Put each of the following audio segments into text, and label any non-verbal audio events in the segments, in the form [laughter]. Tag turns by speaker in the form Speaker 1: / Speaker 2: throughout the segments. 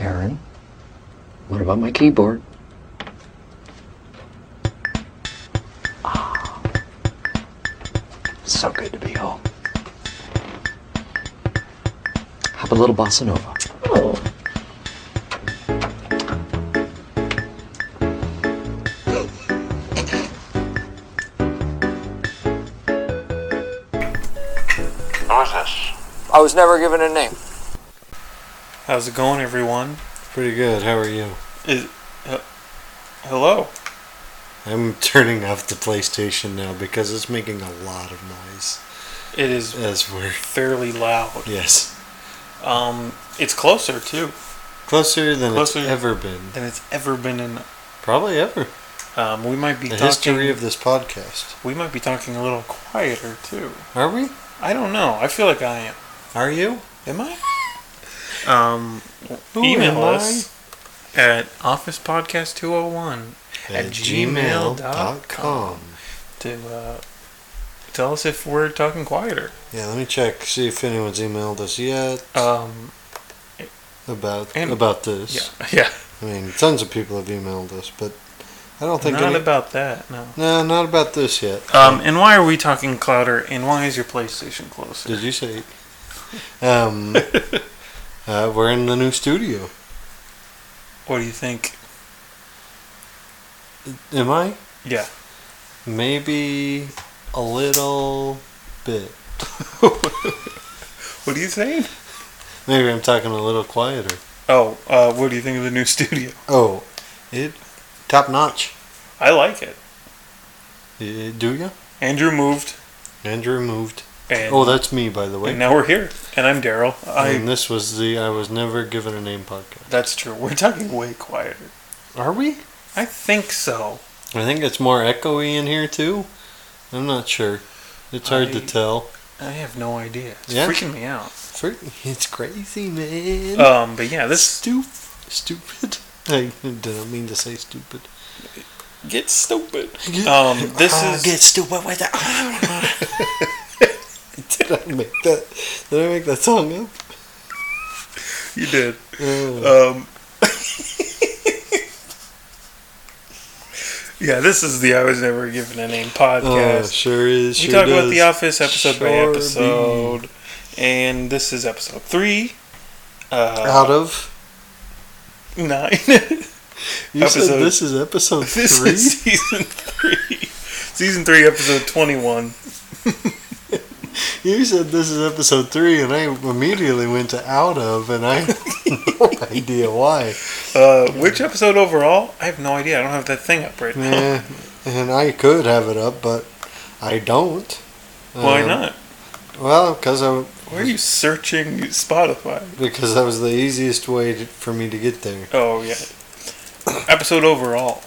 Speaker 1: Aaron, what about my keyboard? Ah, so good to be home. Have a little bossa nova.
Speaker 2: Oh.
Speaker 3: Who is this?
Speaker 4: I was never given a name.
Speaker 5: How's it going, everyone?
Speaker 6: Pretty good. How are you?
Speaker 5: Is uh, hello?
Speaker 6: I'm [laughs] turning off the PlayStation now because it's making a lot of noise.
Speaker 5: It is
Speaker 6: As we're
Speaker 5: fairly loud.
Speaker 6: yes,
Speaker 5: Um, it's closer too
Speaker 6: closer than
Speaker 5: Closer.
Speaker 6: it's ever been,
Speaker 5: than it's ever been in.
Speaker 6: probably ever.
Speaker 5: Um, we might be
Speaker 6: The
Speaker 5: talking.
Speaker 6: history of this podcast.
Speaker 5: we might be talking a little quieter too.
Speaker 6: Are we?
Speaker 5: I don't know. I feel like I am.
Speaker 6: Are you?
Speaker 5: Am I? Um,
Speaker 6: Who
Speaker 5: email
Speaker 6: am
Speaker 5: us at officepodcast201 at gmail.com to uh, tell us if we're talking quieter.
Speaker 6: Yeah, let me check see if anyone's emailed us yet
Speaker 5: Um,
Speaker 6: about
Speaker 5: and-
Speaker 6: about this.
Speaker 5: yeah, [laughs] yeah.
Speaker 6: I mean, tons of people have emailed us, but I don't think
Speaker 5: Not
Speaker 6: any-
Speaker 5: about that. No.
Speaker 6: no, not about this yet.
Speaker 5: Um, and why are we talking clouder? And why is your PlayStation closer?
Speaker 6: Did you say?
Speaker 5: [laughs]
Speaker 6: Um, uh, we're in the new studio.
Speaker 5: [laughs] What do you think?
Speaker 6: Am I?
Speaker 5: Yeah.
Speaker 6: Maybe a little bit.
Speaker 5: What are you saying?
Speaker 6: Maybe I'm talking a little quieter.
Speaker 5: Oh, uh, what do you think of the new [laughs] studio?
Speaker 6: Oh, it top notch.
Speaker 5: I like it.
Speaker 6: Eh, Do you?
Speaker 5: Andrew moved,
Speaker 6: Andrew moved.
Speaker 5: and,
Speaker 6: Oh, that's me, by the way. Mm-hmm.
Speaker 5: and now we're here. And I'm Daryl. I.
Speaker 6: and this was the I was never given a name podcast.
Speaker 5: That's true. We're talking way quieter.
Speaker 6: Are we?
Speaker 5: I think so.
Speaker 6: I think it's more echoey in here too. I'm not sure. It's hard to
Speaker 5: I-
Speaker 6: tell.
Speaker 5: I have no idea. It's
Speaker 6: Yeah?
Speaker 5: freaking me out.
Speaker 6: Fr- It's crazy, man.
Speaker 5: Um, but yeah, this
Speaker 6: Stup- stupid. [laughs] I didn't mean to say stupid.
Speaker 5: gets stupid. Um, this
Speaker 6: Ah,
Speaker 5: is
Speaker 6: get stupid with it. [laughs] did I make that? Did I make that song up?
Speaker 5: you did.
Speaker 6: Oh.
Speaker 5: Um,
Speaker 6: [laughs]
Speaker 5: [laughs] yeah, this is the I was never given a name
Speaker 6: Oh,
Speaker 5: podcast.
Speaker 6: sure is. Sure
Speaker 5: we talk about
Speaker 6: does.
Speaker 5: The Office episode by
Speaker 6: Sure be.
Speaker 5: episode, and this is episode three. Uh,
Speaker 6: Out of
Speaker 5: nine. [laughs]
Speaker 6: you
Speaker 5: episode-
Speaker 6: said this is episode
Speaker 5: [laughs] this
Speaker 6: three.
Speaker 5: is season three. Season three, episode twenty-one.
Speaker 6: You said this is episode three, and I immediately went to out of, and I have
Speaker 5: [laughs]
Speaker 6: no idea why.
Speaker 5: Uh, which episode overall? I have no idea. I don't have that thing up right now.
Speaker 6: Yeah, and I could have it up, but I don't.
Speaker 5: Why
Speaker 6: Um,
Speaker 5: not?
Speaker 6: Well, because I
Speaker 5: Why are you searching Spotify?
Speaker 6: because that was the easiest way to, for me to get there.
Speaker 5: Oh yeah. [coughs] episode overall.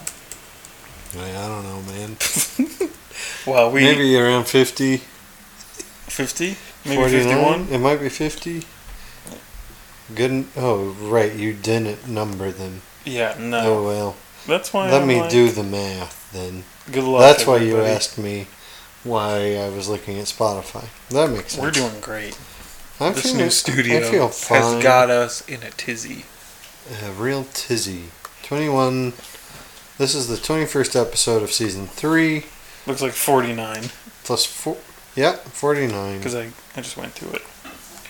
Speaker 6: Like, I don't know, man.
Speaker 5: Wow, we
Speaker 6: Maybe around 50,
Speaker 5: 50 maybe
Speaker 6: 49?
Speaker 5: 51
Speaker 6: It might be 50. Good. n- Oh, right. You didn't number them.
Speaker 5: yeah no
Speaker 6: Oh, well.
Speaker 5: that's why
Speaker 6: Let
Speaker 5: I'm
Speaker 6: me
Speaker 5: like,
Speaker 6: do the math then.
Speaker 5: good luck
Speaker 6: That's why you
Speaker 5: everybody.
Speaker 6: asked me why I was looking at Spotify. That makes sense.
Speaker 5: we're doing great
Speaker 6: I'm
Speaker 5: this
Speaker 6: feeling-
Speaker 5: new studio
Speaker 6: I feel fine.
Speaker 5: has got us in a tizzy
Speaker 6: a real tizzy. 21. This is the 21st episode of season 3.
Speaker 5: looks like 49
Speaker 6: Plus 4. Yep, 49.
Speaker 5: because I, I just went to it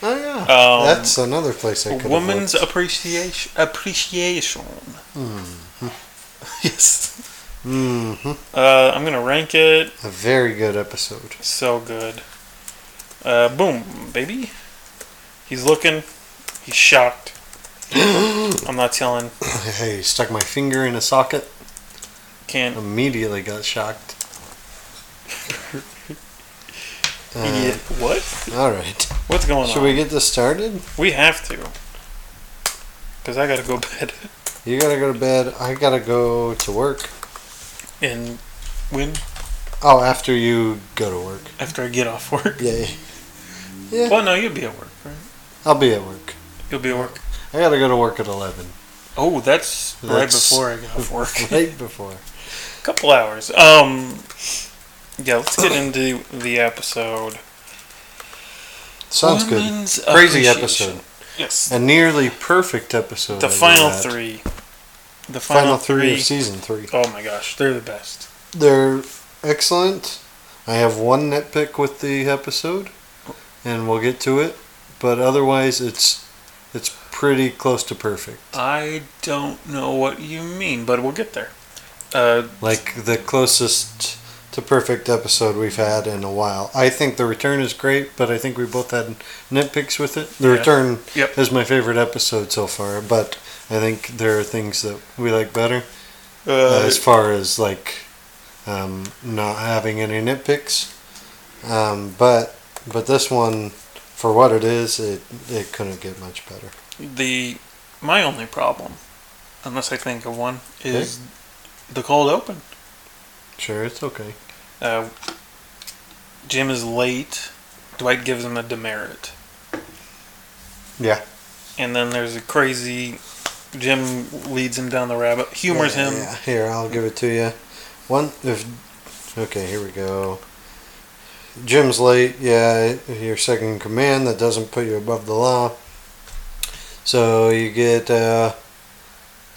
Speaker 6: Oh, yeah.
Speaker 5: um,
Speaker 6: That's another place I could
Speaker 5: woman's appreciation appreciation [laughs]
Speaker 6: Hmm.
Speaker 5: yes
Speaker 6: Mm-hmm.
Speaker 5: uh, I'm gonna rank it
Speaker 6: A very good episode. [coughs]
Speaker 5: so good uh, boom baby he's looking he's
Speaker 6: [gasps]
Speaker 5: shocked I'm not telling
Speaker 6: Hey, stuck my finger in a socket.
Speaker 5: can't
Speaker 6: Immediately
Speaker 5: [laughs]
Speaker 6: got shocked.
Speaker 5: Yeah,
Speaker 6: Uh,
Speaker 5: what
Speaker 6: All right.
Speaker 5: what's going on
Speaker 6: Should we get this started?
Speaker 5: We have to. Because I gotta go [laughs] bed.
Speaker 6: You gotta go to bed. I gotta go to work.
Speaker 5: And when?
Speaker 6: Oh, after you go to work.
Speaker 5: After I get off
Speaker 6: [laughs]
Speaker 5: work.
Speaker 6: Yay. Yeah.
Speaker 5: Well, no, you'll be at work, right?
Speaker 6: I'll be at work.
Speaker 5: You'll be at work.
Speaker 6: I gotta go to work at 11.
Speaker 5: Oh, that's, right
Speaker 6: That's-
Speaker 5: before I get off
Speaker 6: [laughs]
Speaker 5: work.
Speaker 6: Right before.
Speaker 5: couple hours. Um, yeah, let's get into the episode.
Speaker 6: Sounds good.
Speaker 5: Women's appreciation.
Speaker 6: Crazy episode.
Speaker 5: Yes.
Speaker 6: A nearly perfect episode.
Speaker 5: Oh, the
Speaker 6: of
Speaker 5: final
Speaker 6: that.
Speaker 5: three. The final,
Speaker 6: Final, three of
Speaker 5: three.
Speaker 6: season three.
Speaker 5: Oh my gosh, they're the best.
Speaker 6: They're excellent. I have one nitpick with the episode, and we'll get to it. But otherwise, it's it's pretty close to perfect.
Speaker 5: I don't know what you mean, but we'll get there. Uh,
Speaker 6: Like the closest to perfect episode we've had in a while. I think the return is great, but I think we both had nitpicks with it. The
Speaker 5: Yeah.
Speaker 6: return
Speaker 5: Yep.
Speaker 6: is my favorite episode so far, but I think there are things that we like better uh, as far as like um, not having any nitpicks. Um, but but this one, for what it is, it it couldn't get much better.
Speaker 5: the my only problem, unless I think of one, is the cold open.
Speaker 6: Sure, it's okay.
Speaker 5: Uh, Jim is late. Dwight gives him a demerit.
Speaker 6: Yeah.
Speaker 5: And then there's a crazy. Jim leads him down the rabbit, humors
Speaker 6: Yeah,
Speaker 5: him.
Speaker 6: yeah. Here, I'll give it to you. One if okay, here we go. Jim's late. Yeah, your second in command that doesn't put you above the law. So you get. Uh,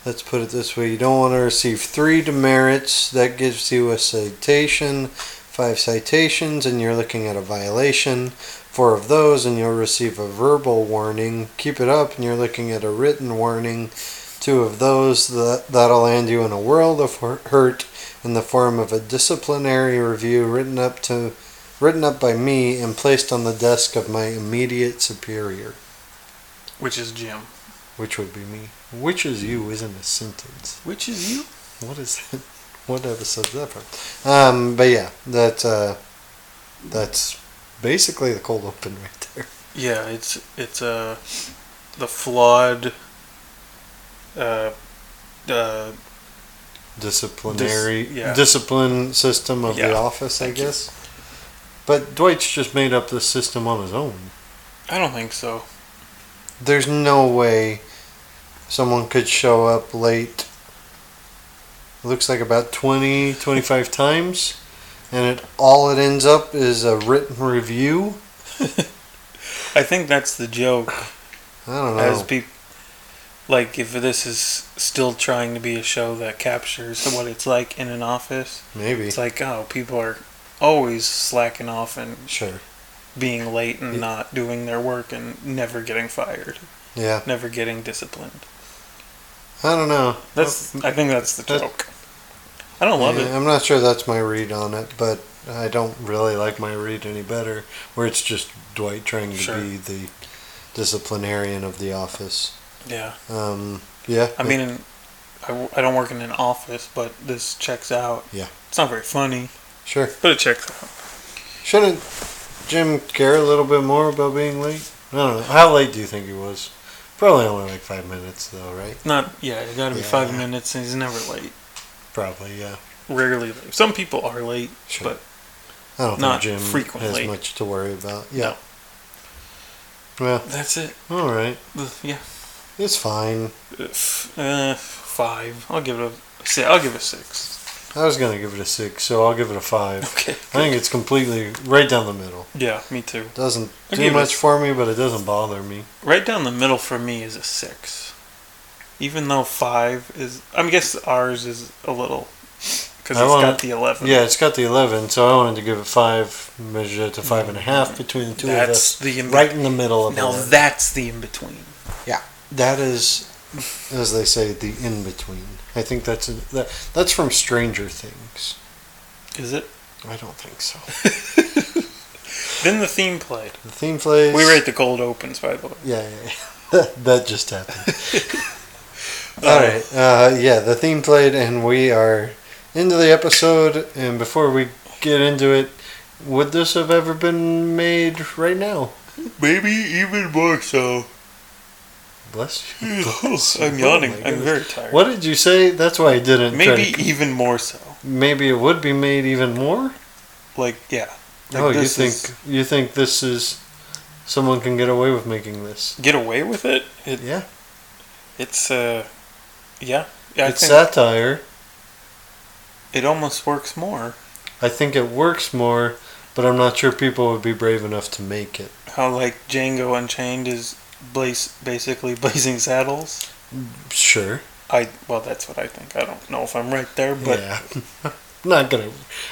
Speaker 6: let's put it this way: you don't want to receive three demerits. That gives you a citation, five citations, and you're looking at a violation. Four of those, and you'll receive a verbal warning. Keep it up, and you're looking at a written warning two of those that that'll land you in a world of hur- hurt in the form of a disciplinary review written up to written up by me and placed on the desk of my immediate superior
Speaker 5: Which is Jim.
Speaker 6: which would be me which is you isn't a sentence
Speaker 5: Which is you?
Speaker 6: what is that [laughs] what episode is that from um but yeah that uh that's basically the cold open right there
Speaker 5: Yeah, it's it's uh the flawed uh uh
Speaker 6: disciplinary
Speaker 5: Dis- yeah.
Speaker 6: discipline system of the
Speaker 5: Yeah.
Speaker 6: office, I
Speaker 5: Thank you.
Speaker 6: guess. But Dwight's just made up this system on his own.
Speaker 5: I don't think so.
Speaker 6: There's no way someone could show up late. Looks like about 20, 25 times, and it all it ends up is a written review.
Speaker 5: I think that's the joke
Speaker 6: I don't know.
Speaker 5: as people like if this is still trying to be a show that captures what it's like in an office.
Speaker 6: Maybe.
Speaker 5: It's like, oh, people are always slacking off and
Speaker 6: Sure.
Speaker 5: being late and
Speaker 6: Yeah.
Speaker 5: not doing their work and never getting fired,
Speaker 6: Yeah.
Speaker 5: never getting disciplined.
Speaker 6: I don't know.
Speaker 5: That's I think that's the
Speaker 6: That-
Speaker 5: joke. I don't love
Speaker 6: Yeah,
Speaker 5: it.
Speaker 6: I'm not sure that's my read on it, but I don't really like my read any better, where it's just Dwight trying to
Speaker 5: Sure.
Speaker 6: be the disciplinarian of the office.
Speaker 5: Yeah.
Speaker 6: Um, yeah.
Speaker 5: I mean, in- I, w- I don't work in an office, but this checks out.
Speaker 6: Yeah.
Speaker 5: It's not very funny,
Speaker 6: sure.
Speaker 5: but it checks out.
Speaker 6: Shouldn't Jim care a little bit more about being late? I don't know. How late do you think he was? Probably only like five minutes, though, right?
Speaker 5: Not, yeah, it gotta be
Speaker 6: Yeah.
Speaker 5: five minutes, and he's never late.
Speaker 6: Probably, yeah.
Speaker 5: Rarely late. Some people are late.
Speaker 6: Sure.
Speaker 5: But
Speaker 6: I don't
Speaker 5: not
Speaker 6: think Jim
Speaker 5: frequently.
Speaker 6: has much to worry about. Yeah. Well,
Speaker 5: That's it.
Speaker 6: all right.
Speaker 5: Ugh, Yeah.
Speaker 6: It's fine.
Speaker 5: Uh, f- uh, five. I'll give it a, a six. I'll give it a six.
Speaker 6: I was going to give it a six, so I'll give it a five.
Speaker 5: Okay.
Speaker 6: I think it's completely right down the middle.
Speaker 5: Yeah, me too.
Speaker 6: Doesn't
Speaker 5: I
Speaker 6: do
Speaker 5: give it-
Speaker 6: much for me, but it doesn't bother me.
Speaker 5: Right down the middle for me is a six. Even though five is, I guess ours is a little, because
Speaker 6: I
Speaker 5: it's
Speaker 6: wanna-
Speaker 5: got the eleven.
Speaker 6: Yeah, it's got the eleven, so I wanted to give it five, measure it to five and a half between the two
Speaker 5: Mm-hmm. that's
Speaker 6: of
Speaker 5: the
Speaker 6: us,
Speaker 5: in-
Speaker 6: right in the middle of
Speaker 5: Now
Speaker 6: it.
Speaker 5: that's the in between.
Speaker 6: that is, as they say, the in between. I think that's that, that's from Stranger Things.
Speaker 5: Is it?
Speaker 6: I don't think so.
Speaker 5: [laughs] Then the theme played.
Speaker 6: The theme plays.
Speaker 5: We were at the cold opens, by the way.
Speaker 6: Yeah, yeah, yeah. [laughs] that
Speaker 5: [laughs]
Speaker 6: just happened. All
Speaker 5: Um,
Speaker 6: right. Uh, yeah, the theme played, and we are into the episode. And before we get into it, would this have ever been made right now?
Speaker 5: Maybe even more
Speaker 6: [laughs]
Speaker 5: so.
Speaker 6: Bless you.
Speaker 5: [laughs] I'm
Speaker 6: Oh
Speaker 5: yawning.
Speaker 6: my
Speaker 5: I'm
Speaker 6: goodness.
Speaker 5: very tired.
Speaker 6: What did you say? That's why I didn't. try
Speaker 5: Maybe
Speaker 6: to-
Speaker 5: even more so.
Speaker 6: maybe it would be made even more.
Speaker 5: Like yeah. Like
Speaker 6: oh, you
Speaker 5: this
Speaker 6: think
Speaker 5: is-
Speaker 6: you think this is someone can get away with making this?
Speaker 5: get away with it? it
Speaker 6: Yeah,
Speaker 5: It's uh, yeah. Yeah, I
Speaker 6: it's
Speaker 5: think
Speaker 6: satire.
Speaker 5: it almost works more.
Speaker 6: I think it works more, but I'm not sure people would be brave enough to make it.
Speaker 5: How like Django Unchained is Blaze, basically [laughs] Blazing Saddles.
Speaker 6: Sure.
Speaker 5: I well, that's what I think. I don't know if I'm right there, but
Speaker 6: yeah. [laughs] not gonna.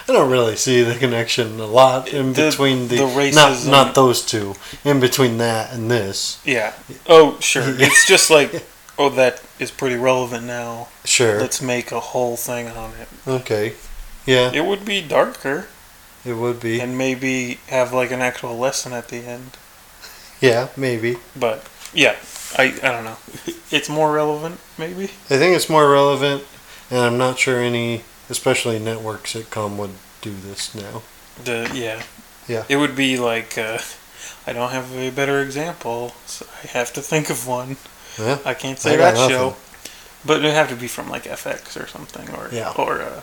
Speaker 6: I don't really see the connection a lot in
Speaker 5: The-
Speaker 6: between the,
Speaker 5: the
Speaker 6: not
Speaker 5: racism-
Speaker 6: not those two. In between that and this,
Speaker 5: yeah. Oh, [laughs] sure. It's just like, oh, that is pretty relevant now.
Speaker 6: sure.
Speaker 5: Let's make a whole thing on it.
Speaker 6: okay. Yeah,
Speaker 5: It would be darker
Speaker 6: it would be.
Speaker 5: and maybe have like an actual lesson at the end.
Speaker 6: Yeah, maybe.
Speaker 5: But yeah, I I don't [laughs] know. It's more relevant, maybe.
Speaker 6: I think it's more relevant, and I'm not sure any, especially network sitcom, would do this now.
Speaker 5: The yeah.
Speaker 6: Yeah.
Speaker 5: It would be like uh, I don't have a better example. So I have to think of one.
Speaker 6: Yeah.
Speaker 5: I can't
Speaker 6: I
Speaker 5: say
Speaker 6: got
Speaker 5: that show. But it'd have to be from like FX or something or
Speaker 6: Yeah.
Speaker 5: or uh,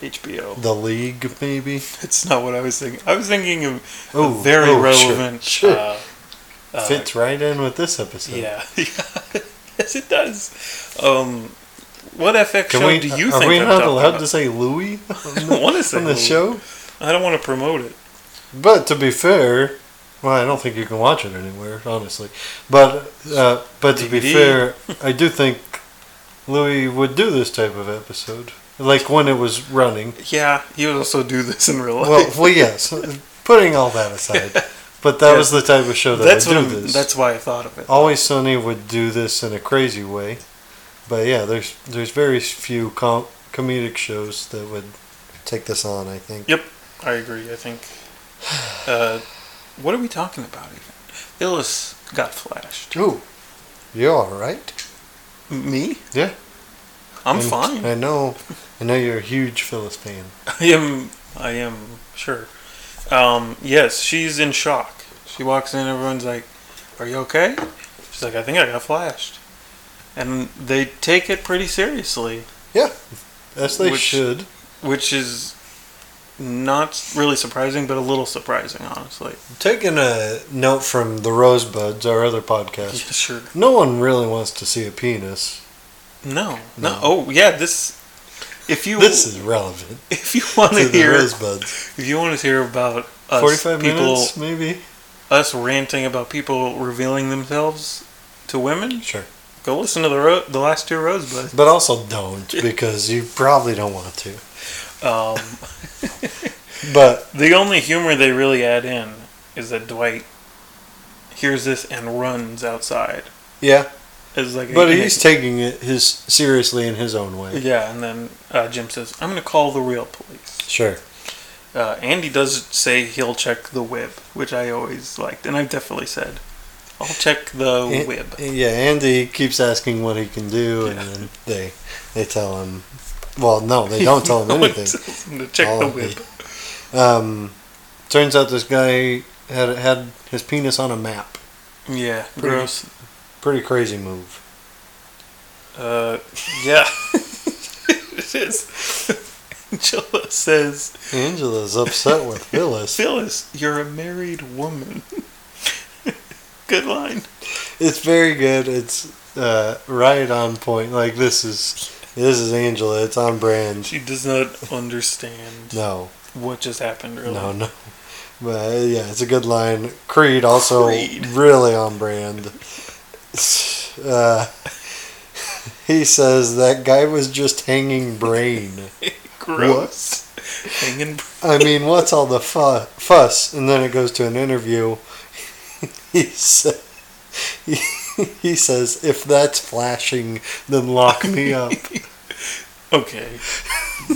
Speaker 5: HBO.
Speaker 6: The League, maybe.
Speaker 5: It's not what I was thinking. I was thinking of
Speaker 6: Oh,
Speaker 5: a very
Speaker 6: oh, sure,
Speaker 5: relevant
Speaker 6: sure.
Speaker 5: Uh, uh,
Speaker 6: Fits right in with this episode.
Speaker 5: Yeah. [laughs] yes it does. Um what FX
Speaker 6: Can
Speaker 5: show
Speaker 6: we?
Speaker 5: do you
Speaker 6: are
Speaker 5: think
Speaker 6: we
Speaker 5: I'm
Speaker 6: not
Speaker 5: talking
Speaker 6: allowed
Speaker 5: about?
Speaker 6: to say Louis
Speaker 5: [laughs] I don't want to say
Speaker 6: on the
Speaker 5: Louis.
Speaker 6: show?
Speaker 5: I don't want to promote it.
Speaker 6: But to be fair, well, I don't think you can watch it anywhere, honestly. But uh, but to be
Speaker 5: DVD.
Speaker 6: fair, I do think Louis would do this type of episode, like when it was running.
Speaker 5: Yeah, he would also do this in real life.
Speaker 6: Well, well, yes. Putting all that aside,
Speaker 5: [laughs]
Speaker 6: but that
Speaker 5: Yeah.
Speaker 6: was the type of show that
Speaker 5: that's
Speaker 6: would
Speaker 5: what
Speaker 6: do
Speaker 5: I'm-
Speaker 6: this.
Speaker 5: that's why I thought of it.
Speaker 6: Always Sunny would do this in a crazy way, but yeah, there's there's very few com- comedic shows that would take this on. I think.
Speaker 5: Yep. I agree. I think. Uh, what are we talking about even? Illis got flashed.
Speaker 6: Ooh, you all right?
Speaker 5: Me?
Speaker 6: Yeah.
Speaker 5: I'm
Speaker 6: And
Speaker 5: [laughs] fine.
Speaker 6: I know. I know you're a huge Phyllis fan.
Speaker 5: I am. I am sure. Um, yes, she's in shock. She walks in. Everyone's like, "Are you okay?" She's like, "I think I got flashed." And they take it pretty seriously,
Speaker 6: As they
Speaker 5: Which-
Speaker 6: should.
Speaker 5: which is not really surprising, but a little surprising, honestly.
Speaker 6: Taking a note from the Rosebuds, our other podcast,
Speaker 5: sure.
Speaker 6: no one really wants to see a penis.
Speaker 5: No, no.
Speaker 6: No.
Speaker 5: Oh, yeah. This. If you
Speaker 6: This is relevant
Speaker 5: [laughs] if you want
Speaker 6: to
Speaker 5: to
Speaker 6: the
Speaker 5: hear
Speaker 6: Rosebuds.
Speaker 5: if you want to hear about us
Speaker 6: Forty-five
Speaker 5: people
Speaker 6: minutes, maybe.
Speaker 5: us ranting about people revealing themselves to women,
Speaker 6: Sure,
Speaker 5: go listen to the ro- the last two Rosebuds.
Speaker 6: but also don't [laughs] because you probably don't want to.
Speaker 5: Um,
Speaker 6: [laughs] But
Speaker 5: the only humor they really add in is that Dwight hears this and runs outside.
Speaker 6: yeah,
Speaker 5: It's like a-
Speaker 6: but he's taking it his seriously in his own way.
Speaker 5: yeah, and then uh, Jim says, "I'm going to call the real police."
Speaker 6: Sure.
Speaker 5: Uh, Andy does say he'll check the web, which I always liked, and I've definitely said, "I'll check the
Speaker 6: An-
Speaker 5: web."
Speaker 6: Yeah, Andy keeps asking what he can do, and
Speaker 5: Yeah.
Speaker 6: then they they tell him. Well, no,
Speaker 5: [laughs]
Speaker 6: they don't tell him
Speaker 5: No one
Speaker 6: anything.
Speaker 5: tells him to check
Speaker 6: All
Speaker 5: the
Speaker 6: of
Speaker 5: web.
Speaker 6: it. Um, turns out this guy had had his penis on a map.
Speaker 5: Yeah,
Speaker 6: Pretty-
Speaker 5: gross.
Speaker 6: Pretty crazy move.
Speaker 5: Uh, yeah, [laughs] it is. Angela says,
Speaker 6: Angela's
Speaker 5: [laughs]
Speaker 6: upset with Phyllis.
Speaker 5: "Phyllis, you're a married woman." [laughs] Good line.
Speaker 6: It's very good. It's uh, right on point. Like this is this is Angela. It's on brand.
Speaker 5: She does not understand
Speaker 6: No,
Speaker 5: what just happened. Really,
Speaker 6: no, no. But uh, yeah, it's a good line. Creed also
Speaker 5: Creed.
Speaker 6: really on brand. Uh, [laughs] he says that guy was just hanging brain.
Speaker 5: gross. [laughs] Hanging.
Speaker 6: I mean, what's all the fu- fuss? And then it goes to an interview. [laughs] he, sa- [laughs] he, he says, if that's flashing, then lock
Speaker 5: [laughs]
Speaker 6: me up.
Speaker 5: Okay.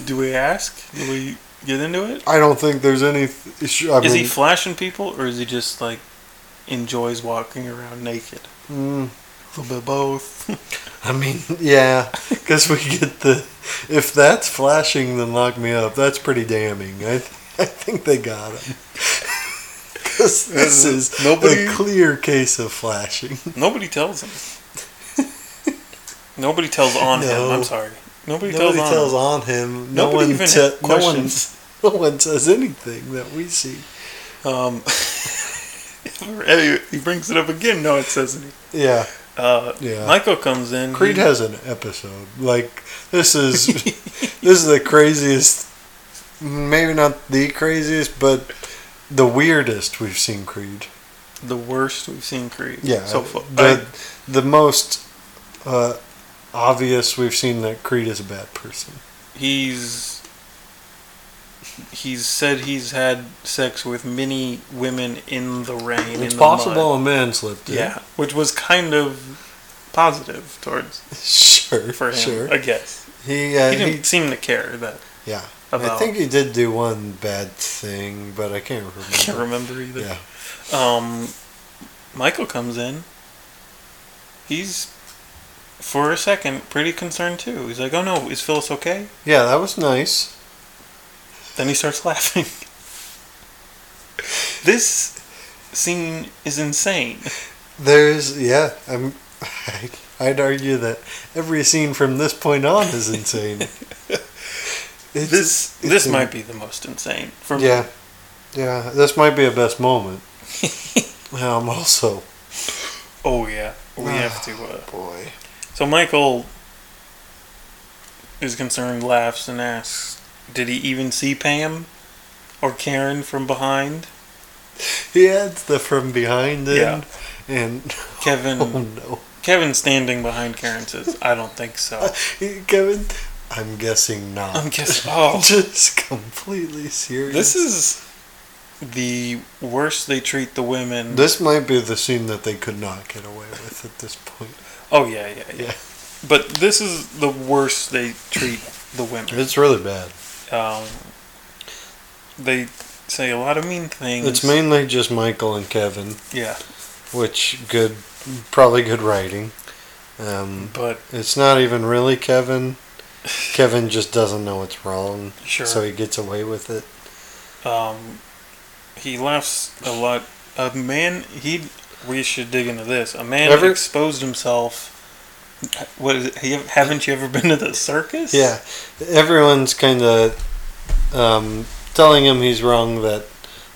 Speaker 5: Do we ask? Do we get into it?
Speaker 6: I don't think there's any. Th- sh- I
Speaker 5: Is
Speaker 6: mean,
Speaker 5: he flashing people, or is he just like enjoys walking around naked?
Speaker 6: mm,
Speaker 5: A little bit
Speaker 6: [laughs]
Speaker 5: both.
Speaker 6: I mean, yeah, because we get the. If that's flashing, then lock me up. That's pretty damning. I, th- I think they got him. [laughs] 'Cause this is
Speaker 5: Uh, Nobody-
Speaker 6: a clear case of flashing.
Speaker 5: Nobody tells him. Nobody tells on
Speaker 6: No.
Speaker 5: him. I'm sorry. Nobody,
Speaker 6: Nobody
Speaker 5: tells,
Speaker 6: tells
Speaker 5: on.
Speaker 6: on him. No
Speaker 5: Nobody
Speaker 6: one,
Speaker 5: even
Speaker 6: te- no one
Speaker 5: questions.
Speaker 6: [laughs] No one says anything that we see.
Speaker 5: Um,
Speaker 6: [laughs]
Speaker 5: [laughs] anyway, Um, he brings it up again. No, it says it.
Speaker 6: Yeah,
Speaker 5: Uh,
Speaker 6: Yeah.
Speaker 5: Michael comes in.
Speaker 6: Creed
Speaker 5: he-
Speaker 6: has an episode. Like this is [laughs] this is the craziest, maybe not the craziest, but the weirdest we've seen Creed.
Speaker 5: [laughs] the worst we've seen Creed.
Speaker 6: Yeah.
Speaker 5: So far.
Speaker 6: The, the most uh, obvious we've seen that Creed is a bad person.
Speaker 5: I- he's he's said he's had sex with many women in the rain.
Speaker 6: it's
Speaker 5: in
Speaker 6: possible
Speaker 5: The
Speaker 6: a man slipped
Speaker 5: mud.
Speaker 6: in.
Speaker 5: Yeah, which was kind of positive towards
Speaker 6: [laughs] Sure.
Speaker 5: for him.
Speaker 6: Sure.
Speaker 5: I guess
Speaker 6: He, uh,
Speaker 5: he
Speaker 6: he,
Speaker 5: didn't seem to care that.
Speaker 6: Yeah.
Speaker 5: About,
Speaker 6: I think he did do one bad thing, but I can't remember.
Speaker 5: I can't remember either.
Speaker 6: Yeah.
Speaker 5: Um, Michael comes in. He's, for a second, pretty concerned too. He's like, "Oh no, is Phyllis okay?"
Speaker 6: Yeah, that was nice.
Speaker 5: Then he starts laughing. this scene is insane.
Speaker 6: There's yeah, I'm. [laughs] I'd argue that every scene from this point on
Speaker 5: [laughs]
Speaker 6: is insane. It's-
Speaker 5: this
Speaker 6: it's
Speaker 5: this
Speaker 6: in-
Speaker 5: might be the most insane. From
Speaker 6: Yeah, yeah. This might be a best
Speaker 5: [laughs]
Speaker 6: moment. um. Also,
Speaker 5: Oh yeah, we have to. Uh,
Speaker 6: boy.
Speaker 5: so Michael is concerned, laughs, and asks, "Did he even see Pam or Karen from behind?"
Speaker 6: He adds the from behind in,
Speaker 5: Yeah.
Speaker 6: and [laughs]
Speaker 5: Kevin.
Speaker 6: oh no,
Speaker 5: Kevin standing behind Karen says, "I don't think so."
Speaker 6: He- Kevin. I'm guessing not.
Speaker 5: I'm
Speaker 6: [laughs]
Speaker 5: guessing. Oh,
Speaker 6: Just completely serious.
Speaker 5: this is the worst they treat the women.
Speaker 6: This might be the scene that they could not get away with at this point.
Speaker 5: Oh yeah, yeah, yeah.
Speaker 6: Yeah.
Speaker 5: But this is the worst they treat the women.
Speaker 6: It's really bad.
Speaker 5: Um, they say a lot of mean things.
Speaker 6: It's mainly just Michael and Kevin,
Speaker 5: Yeah,
Speaker 6: which good, probably good writing. Um,
Speaker 5: but
Speaker 6: it's not even really Kevin. Kevin just doesn't know it's wrong,
Speaker 5: sure.
Speaker 6: so he gets away with it.
Speaker 5: um, he laughs a lot. A man, he. We should dig into this. A man
Speaker 6: Ever-
Speaker 5: exposed himself. What is it? Have- Haven't you ever been to the circus?
Speaker 6: Yeah, everyone's kind of um, telling him he's wrong. That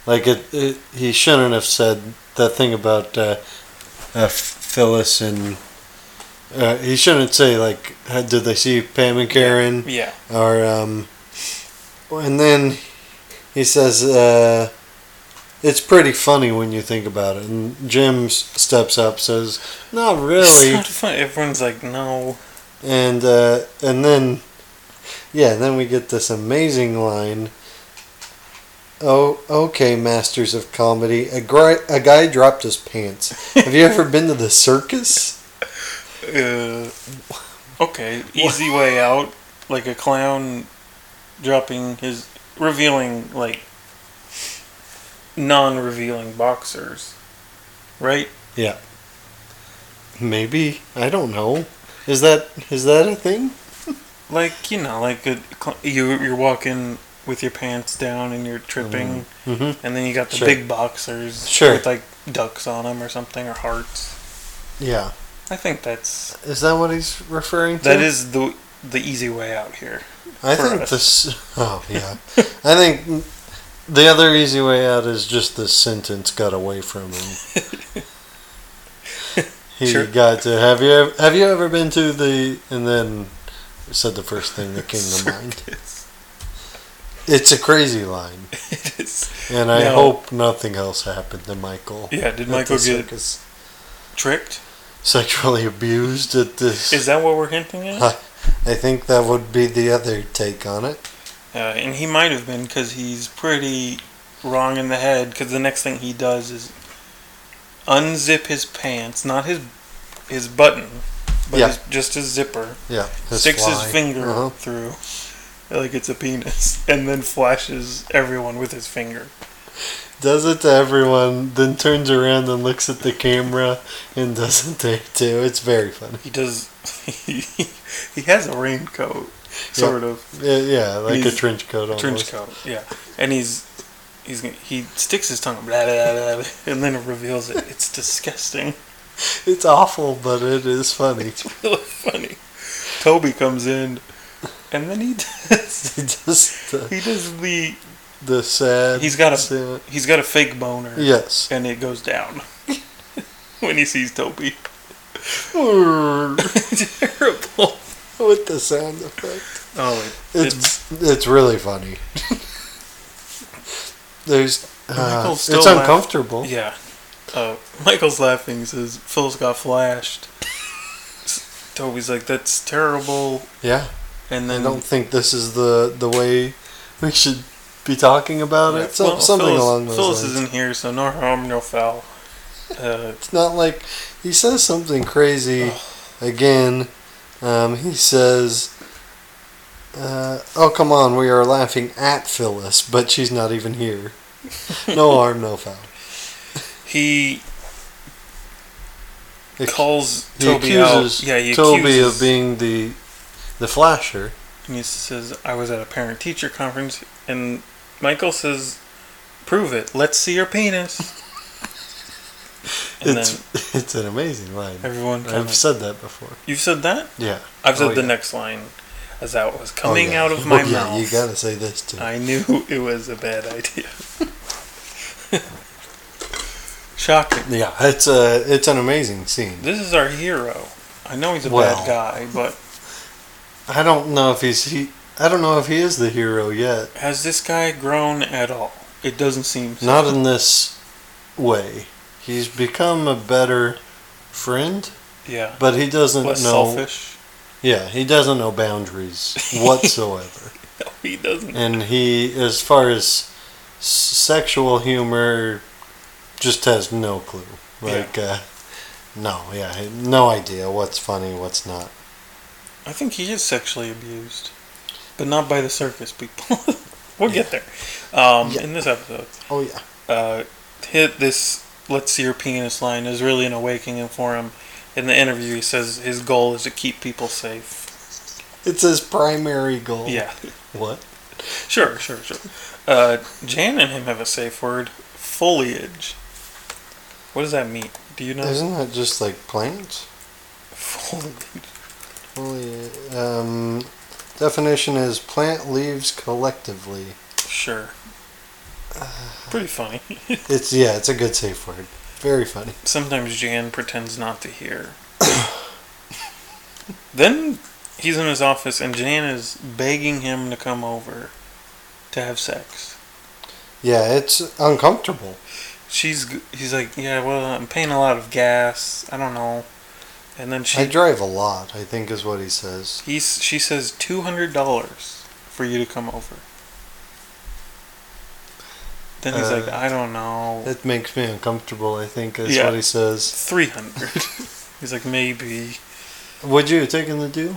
Speaker 6: like it, it, he shouldn't have said that thing about uh, uh, Phyllis and uh, he shouldn't say like how- did they see Pam and Karen
Speaker 5: Yeah.
Speaker 6: or um, and then he says uh, it's pretty funny when you think about it. And Jim s- steps up says not
Speaker 5: It's
Speaker 6: really
Speaker 5: not fun. [laughs] Everyone's like, no.
Speaker 6: and uh, and then yeah, then we get this amazing line. Oh, okay, masters of comedy. A, gri- a guy dropped his pants. Have you ever been to the circus?
Speaker 5: Uh, okay, easy way out. Like a clown dropping his. revealing, like, non revealing boxers. Right?
Speaker 6: Maybe I don't know. Is that is that a thing?
Speaker 5: Like, you know, like a, cl- you, you're walking with your pants down and you're tripping,
Speaker 6: Mm-hmm.
Speaker 5: and then you got the
Speaker 6: Sure.
Speaker 5: big boxers
Speaker 6: Sure.
Speaker 5: with, like, ducks on them or something, or hearts.
Speaker 6: Yeah.
Speaker 5: I think that's.
Speaker 6: Is that what he's referring to?
Speaker 5: That is the the easy way out here.
Speaker 6: I
Speaker 5: for
Speaker 6: think
Speaker 5: us. [laughs]
Speaker 6: this. Oh yeah. I think the other easy way out is just this sentence got away from him. he
Speaker 5: Sure.
Speaker 6: got to have you ev- have you ever been to the and then said the first thing that came to
Speaker 5: [laughs]
Speaker 6: mind.
Speaker 5: Circus.
Speaker 6: It's a crazy line,
Speaker 5: It is.
Speaker 6: and I
Speaker 5: No.
Speaker 6: hope nothing else happened to Michael.
Speaker 5: Yeah, did
Speaker 6: at
Speaker 5: Michael
Speaker 6: the
Speaker 5: get
Speaker 6: circus.
Speaker 5: tricked?
Speaker 6: sexually abused at this?
Speaker 5: Is that what we're hinting at?
Speaker 6: Huh. I think that would be the other take on it.
Speaker 5: Uh, and he might have been because he's pretty wrong in the head. Because the next thing he does is unzip his pants, not his his button, but
Speaker 6: Yeah.
Speaker 5: his, just his zipper.
Speaker 6: Yeah,
Speaker 5: sticks
Speaker 6: fly.
Speaker 5: his finger
Speaker 6: Uh-huh.
Speaker 5: through like it's a penis, [laughs] and then flashes everyone with his finger.
Speaker 6: does it to everyone, then turns around and looks at the camera and doesn't dare too. It's very funny.
Speaker 5: He does. [laughs] He, he has a raincoat, sort of.
Speaker 6: Yeah, yeah like a
Speaker 5: He's-
Speaker 6: trench coat almost.
Speaker 5: trench coat. Yeah, and he's he's gonna- he sticks his tongue blah, blah, blah, blah, and then reveals it. It's disgusting.
Speaker 6: It's awful, but it is funny. [laughs]
Speaker 5: [laughs] Really funny. Toby comes in, and then he [laughs] does
Speaker 6: Just the,
Speaker 5: he does the
Speaker 6: the sad.
Speaker 5: He's got a-
Speaker 6: sad-
Speaker 5: he's got a fake boner,
Speaker 6: Yes. [laughs]
Speaker 5: and it goes down [laughs] when he sees Toby. [laughs]
Speaker 6: With
Speaker 5: Terrible.
Speaker 6: the sound effect.
Speaker 5: Oh, it, it's
Speaker 6: It's it's really funny. [laughs] There's. Uh,
Speaker 5: Michael's
Speaker 6: it's
Speaker 5: still laugh-
Speaker 6: uncomfortable.
Speaker 5: yeah. Uh, Michael's laughing. He says, Phil's got flashed. Toby's like, that's terrible.
Speaker 6: Yeah.
Speaker 5: And
Speaker 6: I
Speaker 5: then
Speaker 6: don't think this is the the way we should be talking about it. So,
Speaker 5: Well,
Speaker 6: something
Speaker 5: Phyllis,
Speaker 6: along those
Speaker 5: Phyllis
Speaker 6: lines.
Speaker 5: isn't here, so no harm, no foul. Uh,
Speaker 6: It's not like he says something crazy again. Um, he says, uh, "Oh come on, we are laughing at Phyllis, but she's not even here. No harm, no foul."
Speaker 5: he
Speaker 6: Ac-
Speaker 5: calls
Speaker 6: he
Speaker 5: Toby
Speaker 6: accuses
Speaker 5: out. Yeah, he
Speaker 6: Toby
Speaker 5: accuses,
Speaker 6: of being the the flasher.
Speaker 5: And he says, "I was at a parent-teacher conference, and Michael says." Prove it. Let's see your penis. And
Speaker 6: It's it's [laughs] an amazing line.
Speaker 5: Everyone,
Speaker 6: I've
Speaker 5: comments.
Speaker 6: said that before.
Speaker 5: you've said that.
Speaker 6: Yeah.
Speaker 5: I've said
Speaker 6: Oh,
Speaker 5: the
Speaker 6: yeah.
Speaker 5: next line, as that was
Speaker 6: Oh,
Speaker 5: coming
Speaker 6: yeah. [laughs]
Speaker 5: out of my
Speaker 6: Oh, yeah,
Speaker 5: mouth.
Speaker 6: You gotta say this too.
Speaker 5: I knew it was a bad idea. [laughs] Shocking.
Speaker 6: Yeah, it's a it's an amazing scene.
Speaker 5: This is our hero. I know he's a
Speaker 6: Well.
Speaker 5: bad guy, but
Speaker 6: I don't know if he's he. I don't know if he is the hero yet.
Speaker 5: has this guy grown at all? It doesn't seem so.
Speaker 6: Not in this way. He's become a better friend,
Speaker 5: yeah.
Speaker 6: but he doesn't
Speaker 5: Less
Speaker 6: know.
Speaker 5: selfish. [laughs]
Speaker 6: Yeah, he doesn't know boundaries whatsoever,
Speaker 5: No, he doesn't.
Speaker 6: and he, as far as s- sexual humor, just has no clue. Like, uh, no, yeah, he- no idea what's funny, what's not.
Speaker 5: I think he is sexually abused, but not by the circus people. [laughs] we'll get there um,
Speaker 6: Yeah.
Speaker 5: in this episode.
Speaker 6: Oh yeah,
Speaker 5: uh, hit this let's see your penis line is really an awakening for him. In the interview, he says his goal is to keep people safe.
Speaker 6: it's his primary goal.
Speaker 5: Yeah,
Speaker 6: What?
Speaker 5: sure, sure, sure. Uh, Jan and him have a safe word foliage. What does that mean? Do you know?
Speaker 6: Isn't that just like plants?
Speaker 5: Foliage.
Speaker 6: Holy, um, definition is plant leaves collectively.
Speaker 5: Sure.
Speaker 6: Uh,
Speaker 5: Pretty funny. [laughs]
Speaker 6: It's yeah, it's a good safe word. Very funny.
Speaker 5: Sometimes Jan pretends not to hear. [coughs] then he's in his office and Jan is begging him to come over to have sex.
Speaker 6: Yeah, it's uncomfortable.
Speaker 5: she's g- he's like yeah well i'm paying a lot of gas i don't know and then she
Speaker 6: I drive a lot. I think is what he says.
Speaker 5: he s she says $200 for you to come over then he's like
Speaker 6: Uh,
Speaker 5: i don't know
Speaker 6: That makes me uncomfortable. I think is
Speaker 5: Yeah.
Speaker 6: what he says. [laughs]
Speaker 5: 300 he's like maybe
Speaker 6: Would you have taken the deal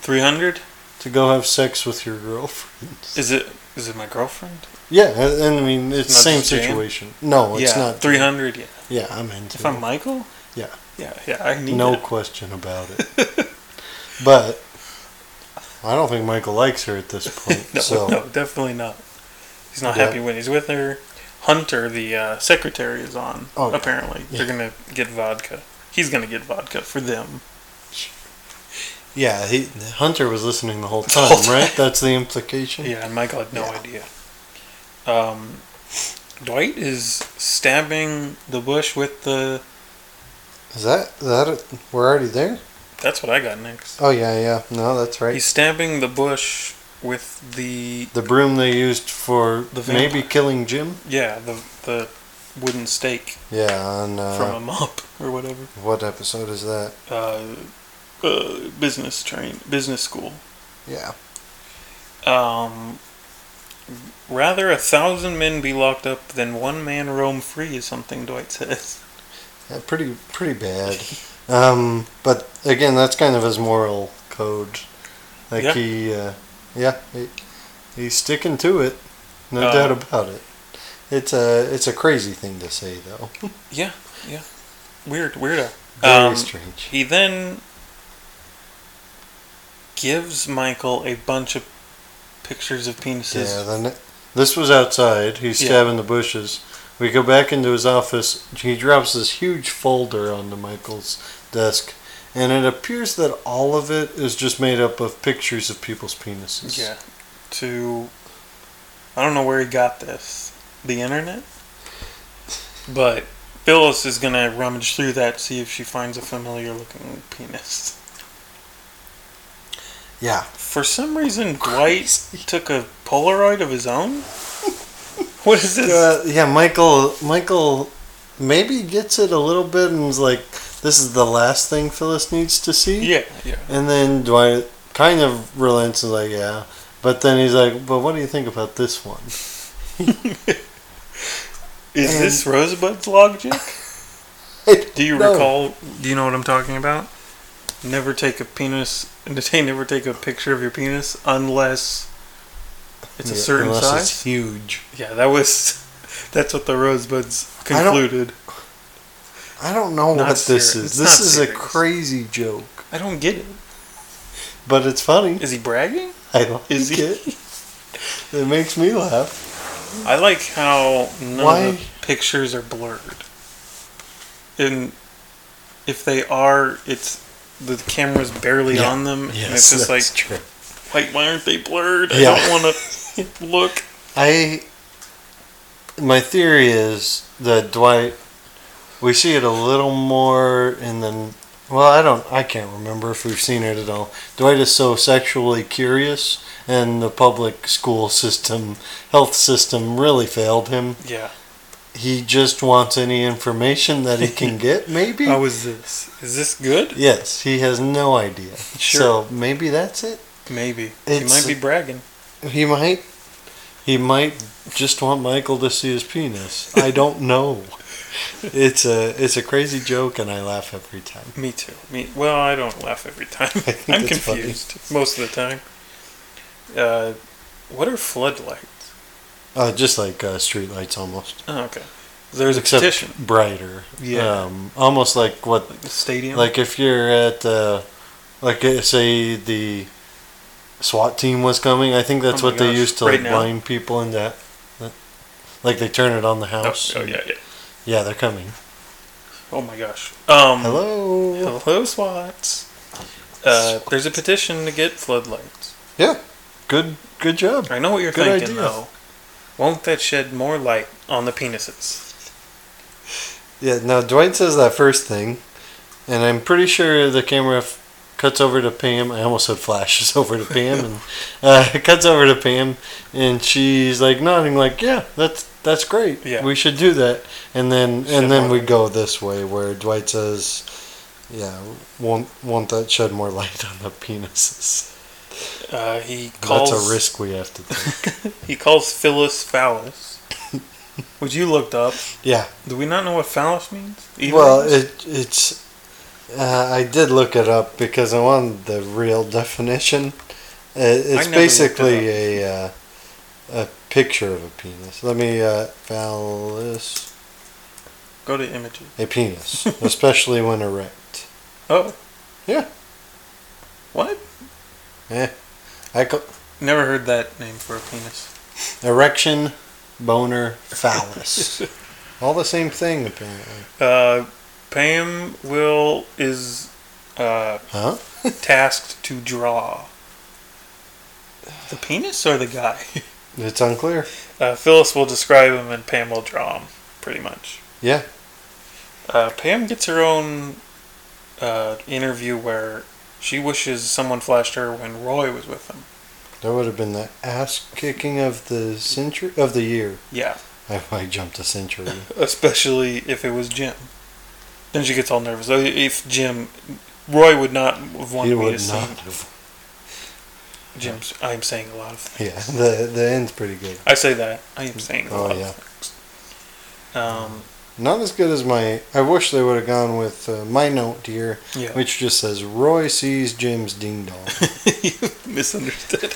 Speaker 5: 300
Speaker 6: to go have sex with your girlfriend?
Speaker 5: is it is it my girlfriend
Speaker 6: Yeah, and and I mean it's
Speaker 5: Not
Speaker 6: same
Speaker 5: just Jane?
Speaker 6: situation. No, it's
Speaker 5: yeah
Speaker 6: not
Speaker 5: 300 yeah
Speaker 6: Yeah, I'm into
Speaker 5: if i'm
Speaker 6: it.
Speaker 5: michael
Speaker 6: Yeah.
Speaker 5: yeah yeah i need
Speaker 6: No
Speaker 5: it.
Speaker 6: question about
Speaker 5: [laughs]
Speaker 6: it. But I don't think Michael likes her at this point.
Speaker 5: [laughs] no,
Speaker 6: so
Speaker 5: no definitely not he's not
Speaker 6: Yeah.
Speaker 5: happy when he's with her hunter the uh, secretary is on
Speaker 6: Oh, yeah.
Speaker 5: apparently
Speaker 6: Yeah.
Speaker 5: they're gonna get vodka he's gonna get vodka for them
Speaker 6: yeah, he Hunter was listening
Speaker 5: [laughs]
Speaker 6: the whole
Speaker 5: The
Speaker 6: time,
Speaker 5: whole
Speaker 6: right? That's the implication.
Speaker 5: yeah and michael had no
Speaker 6: Mm-hmm. Yeah.
Speaker 5: idea um, dwight is stabbing the bush with the
Speaker 6: Is that that it? we're already there?
Speaker 5: that's what i got next
Speaker 6: Oh yeah, yeah. No, that's right.
Speaker 5: he's stabbing the bush with the
Speaker 6: the broom they used for
Speaker 5: The vampire.
Speaker 6: maybe killing Jim.
Speaker 5: yeah the the wooden stake
Speaker 6: Yeah, on
Speaker 5: from
Speaker 6: uh,
Speaker 5: a mop or whatever
Speaker 6: what episode is that?
Speaker 5: uh, uh, business train business school
Speaker 6: Yeah.
Speaker 5: Um, rather a thousand men be locked up than one man roam free is something Dwight says. [laughs]
Speaker 6: yeah pretty pretty bad. Um, but again, that's kind of his moral code. Like
Speaker 5: Yeah.
Speaker 6: he, uh, yeah, he, he's sticking to it, no
Speaker 5: Uh,
Speaker 6: doubt about it. It's a it's a crazy thing to say though. [laughs]
Speaker 5: Yeah, yeah. Weird, weirdo.
Speaker 6: Very
Speaker 5: Um,
Speaker 6: strange.
Speaker 5: He then gives Michael a bunch of pictures of penises.
Speaker 6: Yeah. Then this was outside. He's
Speaker 5: Yeah.
Speaker 6: stabbing the bushes. We go back into his office. He drops this huge folder onto Michael's desk, and it appears that all of it is just made up of pictures of people's penises.
Speaker 5: yeah. To I don't know where he got this. The internet? But Phyllis is gonna rummage through that, see if she finds a familiar looking penis.
Speaker 6: Yeah.
Speaker 5: For some reason, Dwight took a
Speaker 6: [laughs]
Speaker 5: Polaroid of his own. What is this?
Speaker 6: Uh, yeah, Michael. Michael maybe gets it a little bit and is like, this is the last thing Phyllis needs to see.
Speaker 5: Yeah, yeah.
Speaker 6: And then Dwight kind of relents and is like, yeah. But then he's like, but what do you think about this one?
Speaker 5: Is
Speaker 6: And-
Speaker 5: this Rosebud's logjam? Do you
Speaker 6: No.
Speaker 5: recall? Do you know what I'm talking about? Never take a penis. [laughs] Never take a picture of your penis unless it's a
Speaker 6: Yeah,
Speaker 5: certain
Speaker 6: unless
Speaker 5: size.
Speaker 6: It's huge.
Speaker 5: Yeah, that was. [laughs] That's what the Rosebuds
Speaker 6: I don't-
Speaker 5: concluded.
Speaker 6: I don't know
Speaker 5: Not
Speaker 6: what this
Speaker 5: serious.
Speaker 6: is.
Speaker 5: It's
Speaker 6: This
Speaker 5: not
Speaker 6: is a
Speaker 5: serious.
Speaker 6: crazy joke,
Speaker 5: I don't, get it.
Speaker 6: but it's funny.
Speaker 5: Is he bragging?
Speaker 6: I like
Speaker 5: Is he-
Speaker 6: it. It makes me laugh.
Speaker 5: I like how none
Speaker 6: Why?
Speaker 5: of the pictures are blurred. And if they are, it's the camera's barely
Speaker 6: Yeah.
Speaker 5: on them. and it's just like,
Speaker 6: true.
Speaker 5: like why aren't they blurred?
Speaker 6: Yeah.
Speaker 5: I don't want
Speaker 6: [laughs]
Speaker 5: to look.
Speaker 6: I my theory is that Dwight we see it a little more in the well, I don't I can't remember if we've seen it at all. Dwight is so sexually curious and the public school system health system really failed him.
Speaker 5: Yeah.
Speaker 6: He just wants any information that
Speaker 5: [laughs]
Speaker 6: he can get maybe.
Speaker 5: How Oh, is this? Is this good?
Speaker 6: Yes, he has no idea.
Speaker 5: Sure.
Speaker 6: So maybe that's it.
Speaker 5: Maybe. he
Speaker 6: It's-
Speaker 5: might be bragging.
Speaker 6: He might he might just want Michael to see his penis.
Speaker 5: [laughs]
Speaker 6: I don't know. It's a it's a crazy joke and I laugh every time.
Speaker 5: Me too. Me. Well, I don't laugh every time.
Speaker 6: [laughs] I think
Speaker 5: I'm
Speaker 6: that's funny.
Speaker 5: confused most of the time. Uh, what are floodlights?
Speaker 6: Uh, just like uh, streetlights almost.
Speaker 5: Oh, okay. There's a
Speaker 6: Except
Speaker 5: petition.
Speaker 6: brighter.
Speaker 5: Yeah.
Speaker 6: Um, almost like what
Speaker 5: The stadium.
Speaker 6: like if you're at uh, like uh, say the SWAT team was coming, I think that's
Speaker 5: Oh my
Speaker 6: what they
Speaker 5: gosh,
Speaker 6: used to
Speaker 5: right
Speaker 6: like
Speaker 5: now?
Speaker 6: blind people in that. Like they turn it on the
Speaker 5: oh,
Speaker 6: house.
Speaker 5: oh, yeah, yeah.
Speaker 6: Yeah, they're coming.
Speaker 5: Oh my gosh. Um,
Speaker 6: Hello.
Speaker 5: Hello, SWATs. Uh, there's a petition to get floodlights.
Speaker 6: Yeah. Good good job.
Speaker 5: I know what you're
Speaker 6: Good
Speaker 5: thinking
Speaker 6: idea.
Speaker 5: though. Won't that shed more light on the penises?
Speaker 6: Yeah, now Dwight says that first thing, and I'm pretty sure the camera f- cuts over to Pam. I almost said flashes [laughs] over to Pam, and uh, it cuts over to Pam, and she's like nodding, like, "Yeah, that's that's great.
Speaker 5: Yeah.
Speaker 6: we should do that." And then
Speaker 5: Shed
Speaker 6: and then
Speaker 5: more
Speaker 6: we
Speaker 5: light.
Speaker 6: go this way where Dwight says, "Yeah, won't won't that shed more light [laughs] on the penises?"
Speaker 5: Uh, he calls.
Speaker 6: That's a risk we have to take.
Speaker 5: [laughs] He calls Phyllis [laughs] phallus, which you looked up.
Speaker 6: yeah.
Speaker 5: Do we not know what phallus means? Either
Speaker 6: Well,
Speaker 5: of us?
Speaker 6: it it's. Uh, I did look it up because I wanted the real definition. It,
Speaker 5: never
Speaker 6: it's
Speaker 5: looked it
Speaker 6: basically a uh, a picture of a penis. Let me uh, phallus
Speaker 5: go to images. [laughs]
Speaker 6: a penis, especially when erect.
Speaker 5: Oh,
Speaker 6: Yeah.
Speaker 5: What?
Speaker 6: I call,
Speaker 5: Never heard that name for a penis.
Speaker 6: erection, boner,
Speaker 5: [laughs]
Speaker 6: phallus, all the same thing apparently.
Speaker 5: Uh, Pam will is uh,
Speaker 6: Huh?
Speaker 5: tasked to draw the penis or the guy.
Speaker 6: It's unclear.
Speaker 5: Uh, Phyllis will describe him and Pam will draw him, pretty much.
Speaker 6: Yeah.
Speaker 5: Uh, Pam gets her own uh, interview where she wishes someone flashed her when Roy was with them.
Speaker 6: That would have been the ass kicking of the century of the year.
Speaker 5: Yeah,
Speaker 6: I, I jumped a century.
Speaker 5: especially if it was Jim. Then she gets all nervous. Oh, If Jim, Roy would not have wanted
Speaker 6: He
Speaker 5: me
Speaker 6: would
Speaker 5: to
Speaker 6: not
Speaker 5: see
Speaker 6: have
Speaker 5: Jim's. I am saying a lot of. Things.
Speaker 6: Yeah, the the end's pretty good.
Speaker 5: I say that I am saying a
Speaker 6: Oh,
Speaker 5: lot
Speaker 6: yeah.
Speaker 5: of things. Um,
Speaker 6: Not as good as my. I wish they would have gone with uh, my note here,
Speaker 5: yeah,
Speaker 6: which just says Roy sees Jim's ding dong.
Speaker 5: [laughs]
Speaker 6: [laughs]
Speaker 5: you misunderstood.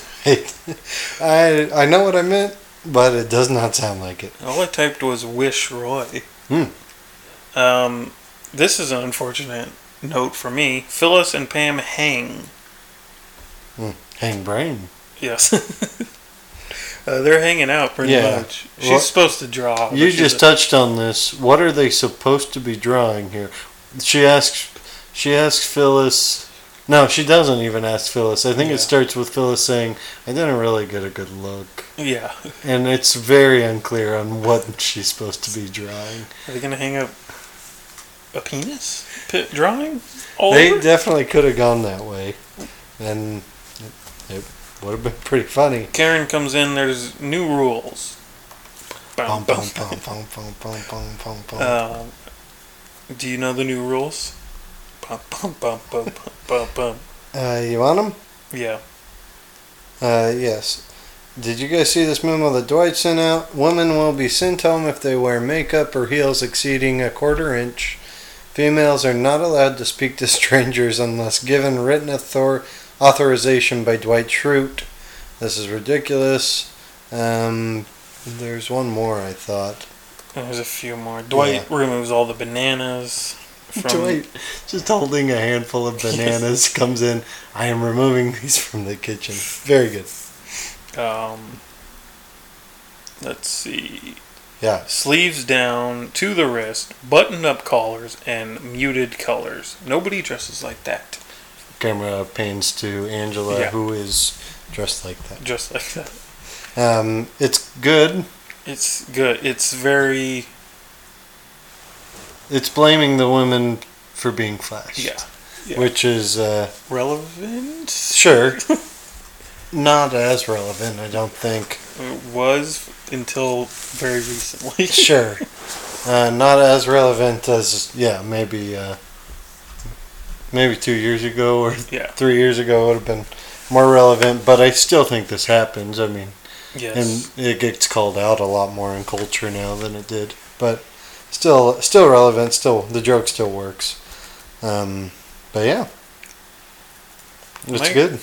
Speaker 6: I I know what I meant, but it does not sound like it.
Speaker 5: All I typed was "wish Roy."
Speaker 6: Hmm.
Speaker 5: Um, this is an unfortunate note for me. Phyllis and Pam hang.
Speaker 6: Hang brain.
Speaker 5: Yes. [laughs] Uh, they're hanging out pretty
Speaker 6: Yeah.
Speaker 5: much. She's
Speaker 6: Well,
Speaker 5: supposed to draw. Oh, but
Speaker 6: you
Speaker 5: she
Speaker 6: just
Speaker 5: doesn't-
Speaker 6: touched on this. What are they supposed to be drawing here? She asks. She asks Phyllis. No, she doesn't even ask Phyllis. I think
Speaker 5: Yeah.
Speaker 6: it starts with Phyllis saying, "I didn't really get a good look,"
Speaker 5: yeah.
Speaker 6: and it's very unclear on what she's supposed to be drawing.
Speaker 5: Are they gonna hang up a penis pit drawing? All
Speaker 6: They
Speaker 5: over?
Speaker 6: definitely could have gone that way, and it, it would have been pretty funny.
Speaker 5: Karen comes in. There's new rules. bum,
Speaker 6: Bum,
Speaker 5: bum.
Speaker 6: bum, bum, bum, bum, Uh. bum, bum, bum, bum.
Speaker 5: Um, Uh, do you know the new rules? Bum, bum, bum, bum, bum, bum, bum.
Speaker 6: Uh, you want them?
Speaker 5: Yeah.
Speaker 6: Uh, yes. Did you guys see this memo that Dwight sent out? Women will be sent home if they wear makeup or heels exceeding a quarter inch. Females are not allowed to speak to [laughs] strangers unless given written author- authorization by Dwight Schrute. This is ridiculous. Um, there's one more, I thought.
Speaker 5: There's a few more. Dwight removes all the bananas from.
Speaker 6: Dwight, just holding a handful of bananas, comes in. I am removing these from the kitchen. Very good.
Speaker 5: Um, let's see.
Speaker 6: Yeah.
Speaker 5: Sleeves down to the wrist, buttoned up collars, and muted colors. Nobody dresses like that.
Speaker 6: camera pans to Angela,
Speaker 5: Yeah.
Speaker 6: who is dressed like that.
Speaker 5: Just like that.
Speaker 6: Um, it's good.
Speaker 5: It's good. It's very.
Speaker 6: It's blaming the women for being flashed.
Speaker 5: Yeah. yeah.
Speaker 6: Which is uh,
Speaker 5: Relevant?
Speaker 6: sure not as relevant, I don't think.
Speaker 5: [laughs] It was until very recently.
Speaker 6: Sure, uh, not as relevant as yeah maybe uh, maybe two years ago or
Speaker 5: yeah.
Speaker 6: three years ago would have been more relevant. But I still think this happens. I mean,
Speaker 5: Yes.
Speaker 6: and it gets called out a lot more in culture now than it did but still still relevant still the joke still works um, but yeah it's
Speaker 5: Mike?
Speaker 6: good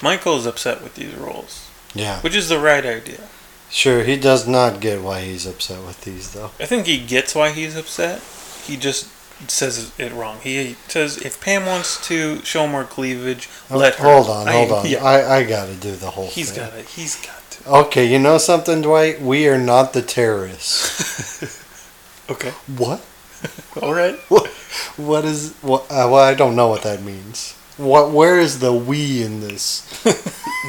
Speaker 5: Michael's upset with these rules,
Speaker 6: yeah
Speaker 5: which is the right idea.
Speaker 6: sure he does not get why he's upset with these though
Speaker 5: I think he gets why he's upset. He just says it wrong. He says if Pam wants to show more cleavage, let her.
Speaker 6: hold on
Speaker 5: I-
Speaker 6: hold
Speaker 5: [laughs]
Speaker 6: on
Speaker 5: Yeah,
Speaker 6: I, I gotta do the whole
Speaker 5: he's
Speaker 6: thing
Speaker 5: got it. He's got to.
Speaker 6: okay you know something dwight we are not the terrorists
Speaker 5: Okay.
Speaker 6: what
Speaker 5: All right.
Speaker 6: what is what uh, well i don't know what that means what where is the we in this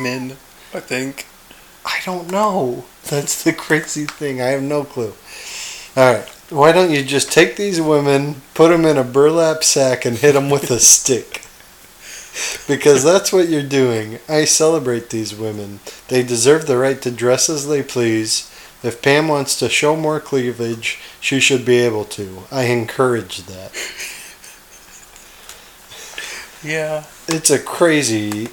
Speaker 5: Men, I think.
Speaker 6: I don't know. That's the crazy thing. I have no clue. All right. Why don't you just take these women, put them in a burlap sack, and hit them with a stick? Because that's what you're doing. I celebrate these women. They deserve the right to dress as they please. If Pam wants to show more cleavage, she should be able to. I encourage that.
Speaker 5: Yeah.
Speaker 6: It's a crazy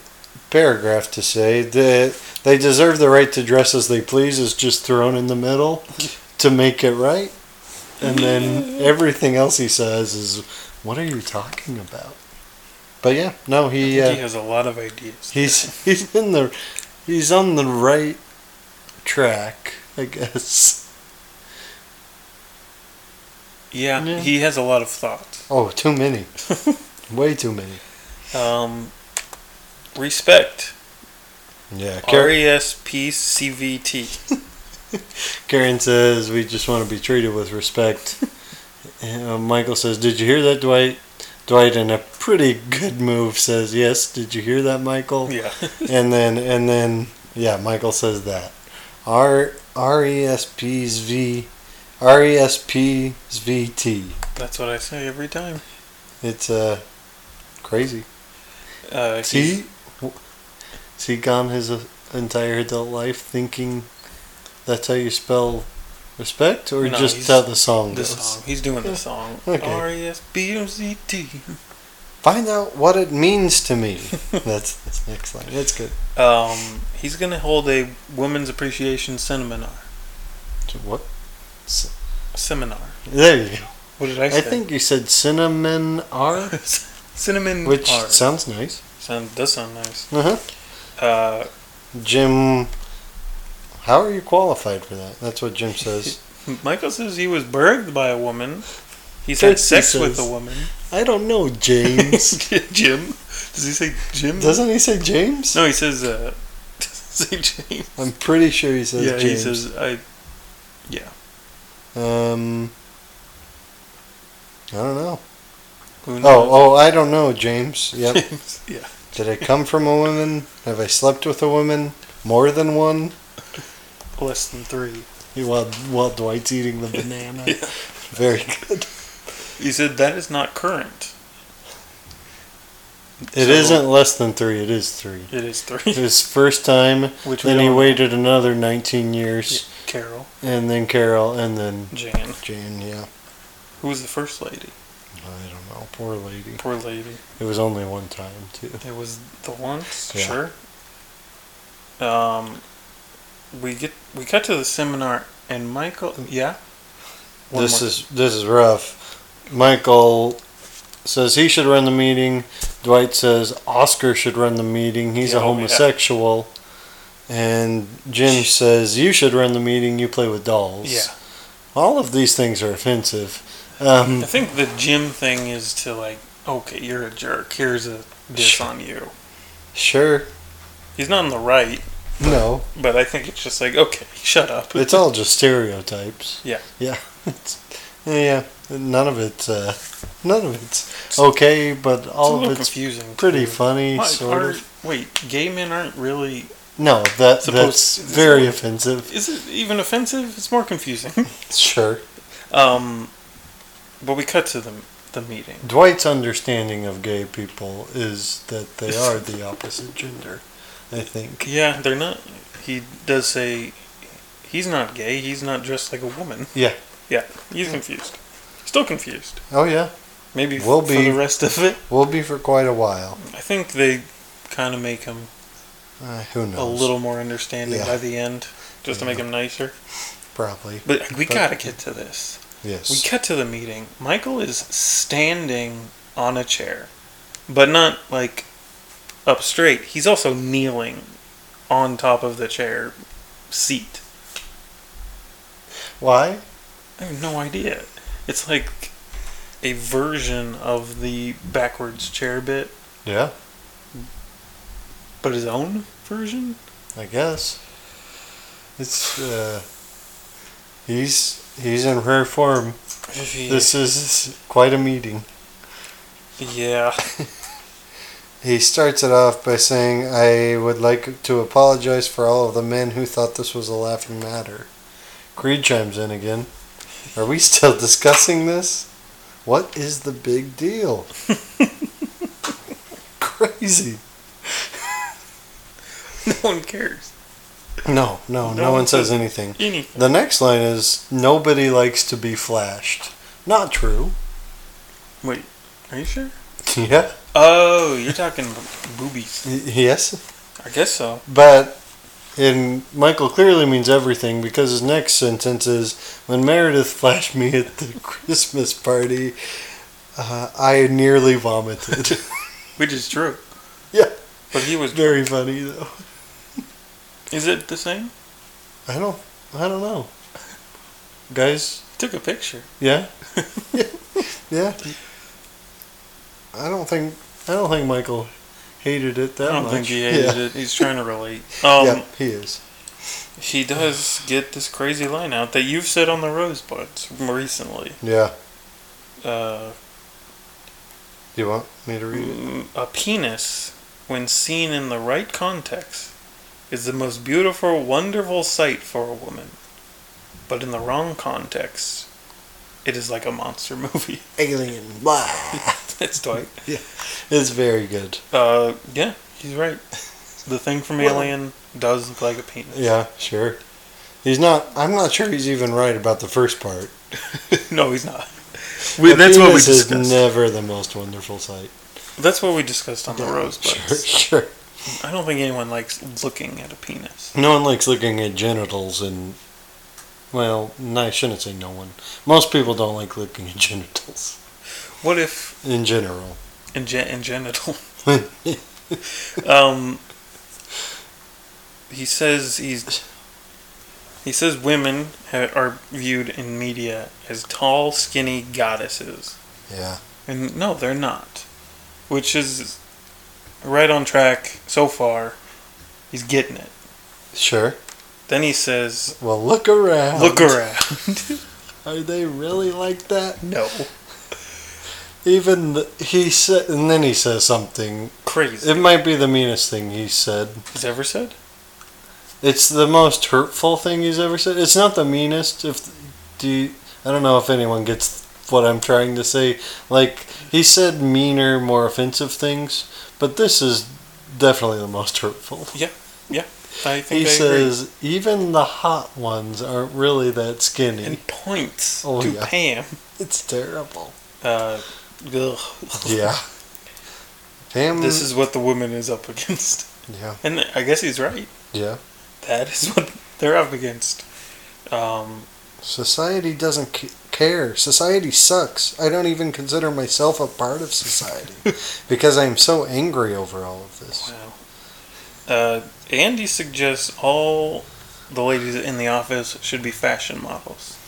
Speaker 6: paragraph to say that they deserve the right to dress as they please is just thrown in the middle to make it right. And then everything else he says is, what are you talking about? But yeah, no, he
Speaker 5: He
Speaker 6: uh,
Speaker 5: has a lot of ideas.
Speaker 6: he's he's in the he's on the right track, I guess.
Speaker 5: Yeah,
Speaker 6: Yeah.
Speaker 5: He has a lot of thoughts.
Speaker 6: Oh, too many, way too many.
Speaker 5: Um, respect.
Speaker 6: Yeah,
Speaker 5: R
Speaker 6: Car-
Speaker 5: E S P C V T. [laughs]
Speaker 6: Karen says we just want to be treated with
Speaker 5: [laughs]
Speaker 6: respect. Uh, Michael says, "Did you hear that, Dwight?" Dwight, in a pretty good move, says, "Yes." Did you hear that, Michael?
Speaker 5: Yeah.
Speaker 6: And then, and then, yeah, Michael says that. R R E S P S V R E S P S V T.
Speaker 5: That's what I say every time.
Speaker 6: It's uh crazy.
Speaker 5: Uh,
Speaker 6: Is
Speaker 5: he's-
Speaker 6: he has he gone his uh, entire adult life thinking that's how you spell respect, or
Speaker 5: No,
Speaker 6: just
Speaker 5: he's-
Speaker 6: how the song
Speaker 5: The
Speaker 6: goes?
Speaker 5: song. He's doing the song.
Speaker 6: Okay.
Speaker 5: R E S B O C T.
Speaker 6: Find out what it means to me. [laughs] that's that's next line. That's good.
Speaker 5: Um, he's gonna hold a women's appreciation seminar.
Speaker 6: So What?
Speaker 5: Seminar.
Speaker 6: There you go.
Speaker 5: What did I say?
Speaker 6: I think you said cinnamon R,
Speaker 5: [laughs] cinnamon.
Speaker 6: which
Speaker 5: R.
Speaker 6: sounds nice.
Speaker 5: Sound- does sound nice.
Speaker 6: Uh huh.
Speaker 5: Uh,
Speaker 6: Jim, how are you qualified for that? That's what Jim says.
Speaker 5: Michael says he was burgled by a woman. He's had
Speaker 6: Percy
Speaker 5: sex with a
Speaker 6: says-
Speaker 5: woman.
Speaker 6: [laughs] I don't know, James.
Speaker 5: [laughs] Jim. Does he say Jim?
Speaker 6: [laughs] Doesn't he say James?
Speaker 5: no, he says. Uh, [laughs] does he say Jim?
Speaker 6: I'm pretty sure he says
Speaker 5: yeah,
Speaker 6: James.
Speaker 5: he says I.
Speaker 6: Um, I don't know.
Speaker 5: Who [laughs] knows?
Speaker 6: Oh, oh, I don't know, James. [laughs] Yep.
Speaker 5: James. Yeah.
Speaker 6: Did I come from a woman? Have I slept with a woman? More than one?
Speaker 5: Less than three.
Speaker 6: While, while Dwight's eating
Speaker 5: [laughs]
Speaker 6: the banana. Very good.
Speaker 5: He said that is not current.
Speaker 6: It
Speaker 5: So-
Speaker 6: not less than three, it is three. [laughs]
Speaker 5: It is three.
Speaker 6: His first time,
Speaker 5: Which we
Speaker 6: then he
Speaker 5: don't-
Speaker 6: waited another 19 years
Speaker 5: Carol,
Speaker 6: and then Carol, and then
Speaker 5: Jan.
Speaker 6: Jane. Yeah,
Speaker 5: Who was the first lady?
Speaker 6: I don't know. Poor lady.
Speaker 5: Poor lady.
Speaker 6: It was only one time too.
Speaker 5: It was the once,
Speaker 6: Yeah.
Speaker 5: sure. Um, we get we cut to the seminar, and Michael. Yeah. One
Speaker 6: this
Speaker 5: more.
Speaker 6: is this is rough. Michael says he should run the meeting. Dwight says Oscar should run the meeting. He's
Speaker 5: Yeah,
Speaker 6: a
Speaker 5: oh, yeah.
Speaker 6: homosexual. And Jim says you should run the meeting. You play with dolls.
Speaker 5: Yeah,
Speaker 6: All of these things are offensive. Um,
Speaker 5: I think the gym thing is to like, okay, you're a jerk. Here's a diss
Speaker 6: Sure.
Speaker 5: on you.
Speaker 6: sure.
Speaker 5: He's not on the right,
Speaker 6: No.
Speaker 5: but I think it's just like, okay, shut up. [laughs]
Speaker 6: It's all just stereotypes.
Speaker 5: Yeah.
Speaker 6: Yeah. It's, yeah. None of it's uh, none of it's okay, but
Speaker 5: It's a
Speaker 6: all
Speaker 5: little
Speaker 6: of it's
Speaker 5: confusing.
Speaker 6: pretty
Speaker 5: too.
Speaker 6: funny,
Speaker 5: Why
Speaker 6: sort
Speaker 5: are-
Speaker 6: of.
Speaker 5: Wait, gay men aren't really.
Speaker 6: No, that
Speaker 5: Supposed-
Speaker 6: that's
Speaker 5: it's
Speaker 6: very
Speaker 5: not-
Speaker 6: offensive.
Speaker 5: Is it even offensive? It's more confusing. [laughs]
Speaker 6: Sure.
Speaker 5: um, but we cut to the the meeting.
Speaker 6: Dwight's understanding of gay people is
Speaker 5: [laughs]
Speaker 6: that they are the opposite gender. I think.
Speaker 5: Yeah, they're not. He does say he's not gay. He's not dressed like a woman.
Speaker 6: Yeah.
Speaker 5: Yeah, he's confused. Still confused.
Speaker 6: Oh yeah,
Speaker 5: Maybe f-
Speaker 6: Will
Speaker 5: for
Speaker 6: be.
Speaker 5: the rest of it.
Speaker 6: will be for quite a while.
Speaker 5: I think they kind of make him
Speaker 6: Uh, who knows?
Speaker 5: a little more understanding
Speaker 6: Yeah.
Speaker 5: by the end, just to make him nicer.
Speaker 6: probably.
Speaker 5: But we
Speaker 6: But-
Speaker 5: gotta get to this. We
Speaker 6: Yes.
Speaker 5: cut to the meeting. Michael is standing on a chair, but not like up straight. He's also kneeling on top of the chair seat.
Speaker 6: Why?
Speaker 5: I have no idea. It's like a version of the backwards chair bit,
Speaker 6: Yeah,
Speaker 5: but his own version?
Speaker 6: I guess. It's uh, he's he's in rare form. This is quite a meeting.
Speaker 5: yeah. [laughs]
Speaker 6: He starts it off by saying, I would like to apologize for all of the men who thought this was a laughing matter. Creed chimes in again. Are we still discussing this? What is the big deal? [laughs] Crazy.
Speaker 5: no one cares.
Speaker 6: No, no, no,
Speaker 5: No
Speaker 6: one
Speaker 5: one
Speaker 6: says
Speaker 5: says-
Speaker 6: anything.
Speaker 5: Anything.
Speaker 6: The next line is, Nobody likes to be flashed. Not true.
Speaker 5: Are you sure?
Speaker 6: Yeah.
Speaker 5: Oh, you're talking bo- boobies.
Speaker 6: y- Yes.
Speaker 5: I guess so.
Speaker 6: But and Michael clearly means everything because his next sentence is when Meredith flashed me at the [laughs] Christmas party, uh, I nearly vomited. [laughs]
Speaker 5: Which is true.
Speaker 6: Yeah.
Speaker 5: But he was.
Speaker 6: Very funny though.
Speaker 5: Is it the same?
Speaker 6: I don't. I don't know. Guys,
Speaker 5: Took a picture.
Speaker 6: yeah, [laughs] yeah. I don't think. I don't think Michael hated it that
Speaker 5: I don't
Speaker 6: much.
Speaker 5: think he hated
Speaker 6: yeah.
Speaker 5: it. He's trying to relate. Um,
Speaker 6: yeah, he is.
Speaker 5: He does get this crazy line out that you've said on the Rosebuds recently.
Speaker 6: Yeah.
Speaker 5: Uh,
Speaker 6: Do you want me to read it?
Speaker 5: a penis, when seen in the right context, is the most beautiful, wonderful sight for a woman. But in the wrong context, it is like a monster [laughs] movie.
Speaker 6: Alien. Blah.
Speaker 5: That's Dwight.
Speaker 6: It's very good.
Speaker 5: Uh, yeah, he's right. The thing from
Speaker 6: Well-
Speaker 5: Alien does look like a penis.
Speaker 6: Yeah, sure. He's not. I'm not sure he's even right about the first part.
Speaker 5: no, he's not.
Speaker 6: The
Speaker 5: that's what we
Speaker 6: penis is
Speaker 5: discussed.
Speaker 6: never the most wonderful sight.
Speaker 5: That's what we discussed on the Rosebuds.
Speaker 6: Sure, [laughs] sure.
Speaker 5: I don't think anyone likes looking at a penis.
Speaker 6: No one likes looking at genitals, and well, no, I shouldn't say no one. Most people don't like looking at [laughs] genitals
Speaker 5: What if
Speaker 6: in general.
Speaker 5: and, gen- and
Speaker 6: [laughs]
Speaker 5: genital. [laughs] Um, he says he's. He says women ha- are viewed in media as tall, skinny goddesses,
Speaker 6: yeah,
Speaker 5: and no, they're not. Which is right on track so far. He's getting it.
Speaker 6: sure.
Speaker 5: Then he says,
Speaker 6: Well, look around.
Speaker 5: "Look around."
Speaker 6: [laughs] Are they really like that?
Speaker 5: no,
Speaker 6: Even the, he said, and then he says something.
Speaker 5: crazy.
Speaker 6: It might be the meanest thing he said.
Speaker 5: He's ever said.
Speaker 6: It's the most hurtful thing he's ever said. It's not the meanest. If do you, I don't know if anyone gets what I'm trying to say. Like he said meaner, more offensive things, but this is definitely the most hurtful.
Speaker 5: Yeah. I think
Speaker 6: He
Speaker 5: I
Speaker 6: says even the hot ones aren't really that skinny.
Speaker 5: agree. And points
Speaker 6: Oh,
Speaker 5: to
Speaker 6: yeah.
Speaker 5: Pam.
Speaker 6: it's terrible.
Speaker 5: Uh, ugh. [laughs]
Speaker 6: Yeah. Pam.
Speaker 5: This is what the woman is up [laughs] against.
Speaker 6: yeah
Speaker 5: And I guess he's right.
Speaker 6: yeah.
Speaker 5: That is what they're up against. Um,
Speaker 6: Society doesn't c- care. Society sucks. I don't even consider myself a part of society because I'm so angry over all of this.
Speaker 5: wow. Uh, Andy suggests all the ladies in the office should be fashion models.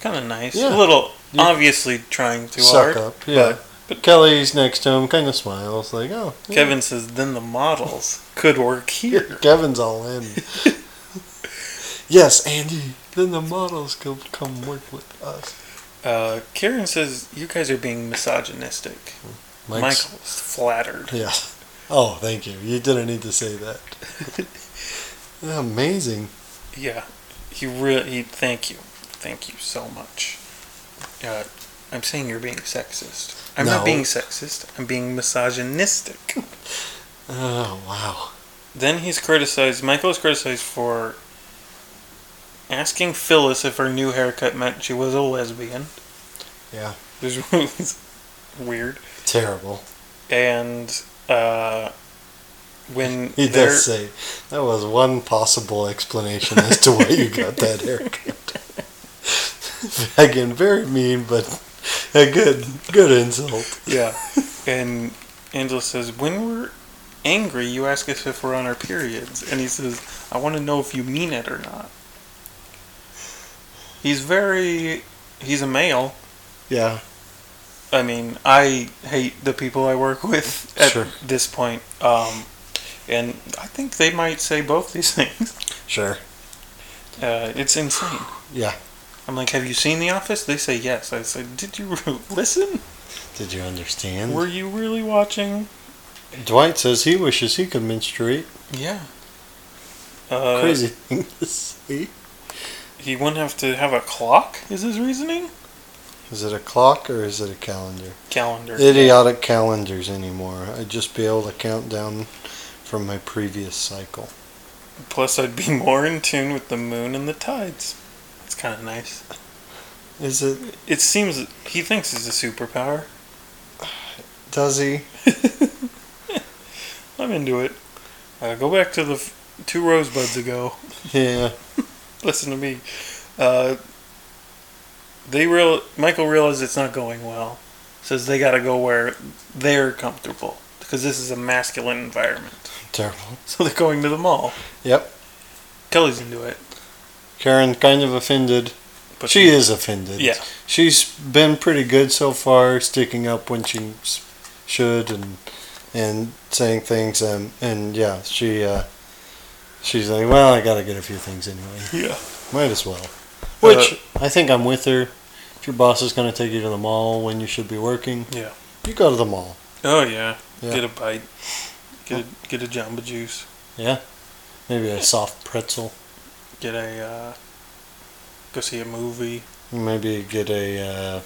Speaker 5: Kind of nice.
Speaker 6: Yeah.
Speaker 5: A little,
Speaker 6: You-
Speaker 5: obviously trying too hard.
Speaker 6: Suck up. Yeah.
Speaker 5: but-
Speaker 6: Kelly's next to him, kind of smiles, like, oh. yeah.
Speaker 5: Kevin says then the models could work here.
Speaker 6: Kevin's
Speaker 5: [laughs]
Speaker 6: all in. yes, Andy. Then the models can come work with us.
Speaker 5: Uh, Karen says you guys are being misogynistic.
Speaker 6: Mike's-
Speaker 5: Michael is flattered.
Speaker 6: Yeah. Oh, thank you. You didn't need to say
Speaker 5: [laughs]
Speaker 6: that. Amazing.
Speaker 5: Yeah, he really. He, thank you, thank you so much. Uh, I'm saying you're being sexist. I'm
Speaker 6: No.
Speaker 5: not being sexist. I'm being misogynistic.
Speaker 6: Oh, wow.
Speaker 5: then he's criticized. Michael is criticized for asking Phyllis if her new haircut meant she was a lesbian.
Speaker 6: Yeah.
Speaker 5: Which was [laughs] weird.
Speaker 6: Terrible.
Speaker 5: And uh, when
Speaker 6: He
Speaker 5: they're-
Speaker 6: does say that was one possible explanation as to why you got that haircut. [laughs] Again, very mean, but a good good insult.
Speaker 5: Yeah. And Angela says, When we're angry, you ask us if we're on our periods. And he says, I want to know if you mean it or not. He's very. He's a male.
Speaker 6: Yeah.
Speaker 5: I mean, I hate the people I work with at
Speaker 6: Sure.
Speaker 5: this point. Um, and I think they might say both these [laughs] things.
Speaker 6: Sure.
Speaker 5: Uh, it's insane.
Speaker 6: Yeah.
Speaker 5: I'm like, Have you seen The Office? They say yes. I said, Did you [laughs] listen?
Speaker 6: Did you understand?
Speaker 5: Were you really watching?
Speaker 6: Dwight says he wishes he could menstruate.
Speaker 5: Yeah. Uh,
Speaker 6: [laughs] Crazy thing to see.
Speaker 5: He wouldn't have to have a clock, is his reasoning?
Speaker 6: Is it a clock or is it a calendar?
Speaker 5: Calendar.
Speaker 6: Idiotic calendars anymore. I'd just be able to count down from my previous cycle.
Speaker 5: Plus, I'd be more in tune with the moon and the tides. It's kind of nice.
Speaker 6: Is it?
Speaker 5: It seems he thinks it's a superpower.
Speaker 6: Does he?
Speaker 5: I'm into it. Uh, go back to the f- two rosebuds ago. [laughs]
Speaker 6: Yeah.
Speaker 5: Listen to me. Uh, they real Michael realizes it's not going well. Says they got to go where they're comfortable because this is a masculine environment. [laughs]
Speaker 6: Terrible.
Speaker 5: So they're going to the mall.
Speaker 6: Yep.
Speaker 5: Kelly's into it,
Speaker 6: Karen kind of offended.
Speaker 5: but
Speaker 6: she is offended.
Speaker 5: Yeah.
Speaker 6: She's been pretty good so far, sticking up when she s- should and and saying things and and yeah, she uh, she's like, well, I gotta get a few things anyway.
Speaker 5: [laughs] Yeah.
Speaker 6: Might as well. Which
Speaker 5: Uh,
Speaker 6: I think I'm with her. If your boss is gonna take you to the mall when you should be working,
Speaker 5: Yeah.
Speaker 6: you go to the mall.
Speaker 5: Oh yeah.
Speaker 6: Yeah.
Speaker 5: Get a bite. Get a, get a Jamba Juice.
Speaker 6: Maybe a soft pretzel.
Speaker 5: Get a uh, go see a movie.
Speaker 6: Maybe get a uh,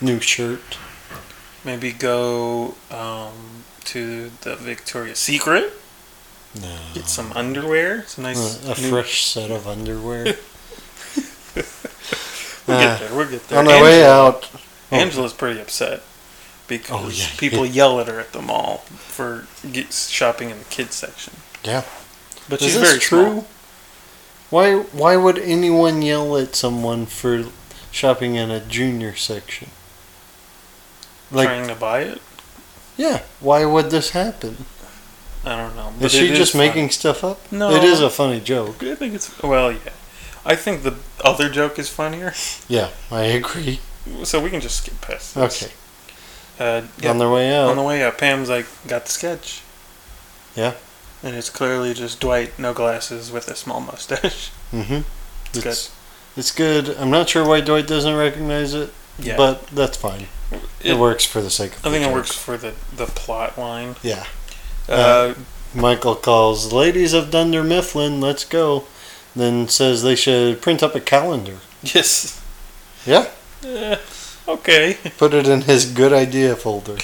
Speaker 6: new shirt.
Speaker 5: Maybe go um, to the Victoria's Secret.
Speaker 6: No.
Speaker 5: Get some underwear. Some nice.
Speaker 6: Mm, A, a
Speaker 5: new-
Speaker 6: fresh set of [laughs] underwear.
Speaker 5: We'll
Speaker 6: Uh,
Speaker 5: get there. We'll get there.
Speaker 6: on our way
Speaker 5: Angela-
Speaker 6: out, Oh.
Speaker 5: Angela's pretty upset because
Speaker 6: Oh, yeah.
Speaker 5: people yell at her at the mall for get, shopping in the kids section.
Speaker 6: Yeah.
Speaker 5: But
Speaker 6: Is
Speaker 5: she's
Speaker 6: this
Speaker 5: very
Speaker 6: true?
Speaker 5: small.
Speaker 6: why why would anyone yell at someone for shopping in a junior section? Like,
Speaker 5: trying to buy it.
Speaker 6: yeah, why would this happen?
Speaker 5: I don't know.
Speaker 6: Is she
Speaker 5: it
Speaker 6: just
Speaker 5: fun.
Speaker 6: making stuff up?
Speaker 5: No.
Speaker 6: It is a funny joke.
Speaker 5: I think it's well, yeah. I think the other joke is funnier,
Speaker 6: Yeah, I agree.
Speaker 5: so we can just skip past. This.
Speaker 6: Okay.
Speaker 5: Uh, yeah,
Speaker 6: On their way out.
Speaker 5: on the way up, Pam's like, "Got the sketch."
Speaker 6: Yeah.
Speaker 5: And it's clearly just Dwight, no glasses, with a small mustache. [laughs]
Speaker 6: mm-hmm.
Speaker 5: It's good.
Speaker 6: It's, it's good. I'm not sure why Dwight doesn't recognize it,
Speaker 5: Yeah,
Speaker 6: but that's fine. It,
Speaker 5: It-
Speaker 6: works for the sake of
Speaker 5: I
Speaker 6: the
Speaker 5: think it
Speaker 6: joke.
Speaker 5: works for the the plot line.
Speaker 6: Yeah.
Speaker 5: Uh,
Speaker 6: Uh, Michael calls, Ladies of Dunder Mifflin, let's go. Then says they should print up a calendar.
Speaker 5: [laughs] yes.
Speaker 6: Yeah.
Speaker 5: Eh, okay.
Speaker 6: Put it in his good idea folder.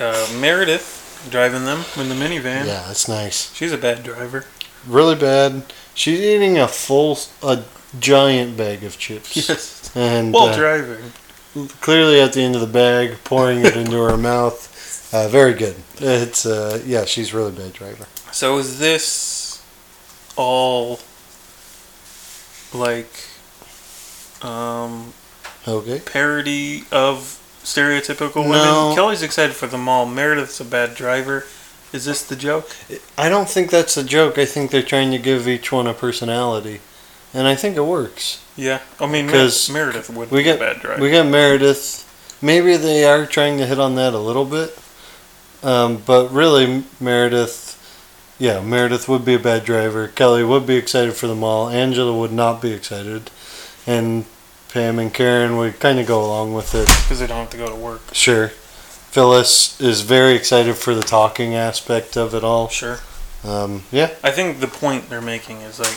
Speaker 5: Uh, Meredith driving them in the minivan.
Speaker 6: Yeah, that's nice.
Speaker 5: She's a bad driver. [laughs]
Speaker 6: Really bad. She's eating a full, a giant bag of
Speaker 5: [laughs]
Speaker 6: chips.
Speaker 5: Yes.
Speaker 6: And
Speaker 5: While
Speaker 6: uh,
Speaker 5: driving.
Speaker 6: clearly at the end of the bag, pouring it into her [laughs] mouth. Uh, very good. It's uh, yeah, she's really bad driver.
Speaker 5: So is this all like um
Speaker 6: Okay.
Speaker 5: parody of stereotypical women?
Speaker 6: No.
Speaker 5: Kelly's excited for them all. Meredith's a bad driver. Is this the joke?
Speaker 6: I don't think that's a joke. I think they're trying to give each one a personality, and I think it works.
Speaker 5: Yeah. I mean, Mer-
Speaker 6: 'Cause
Speaker 5: Meredith would
Speaker 6: we
Speaker 5: be a
Speaker 6: got-
Speaker 5: bad driver.
Speaker 6: We got Meredith. Maybe they are trying to hit on that a little bit, um, but really Meredith. Yeah, Meredith would be a bad driver. Kelly would be excited for them all. Angela would not be excited, and Pam and Karen would kind of go along with it.
Speaker 5: Because they don't have to go to work.
Speaker 6: Sure. Phyllis is very excited for the talking aspect of it all.
Speaker 5: Sure.
Speaker 6: Um, yeah,
Speaker 5: I think the point they're making is like,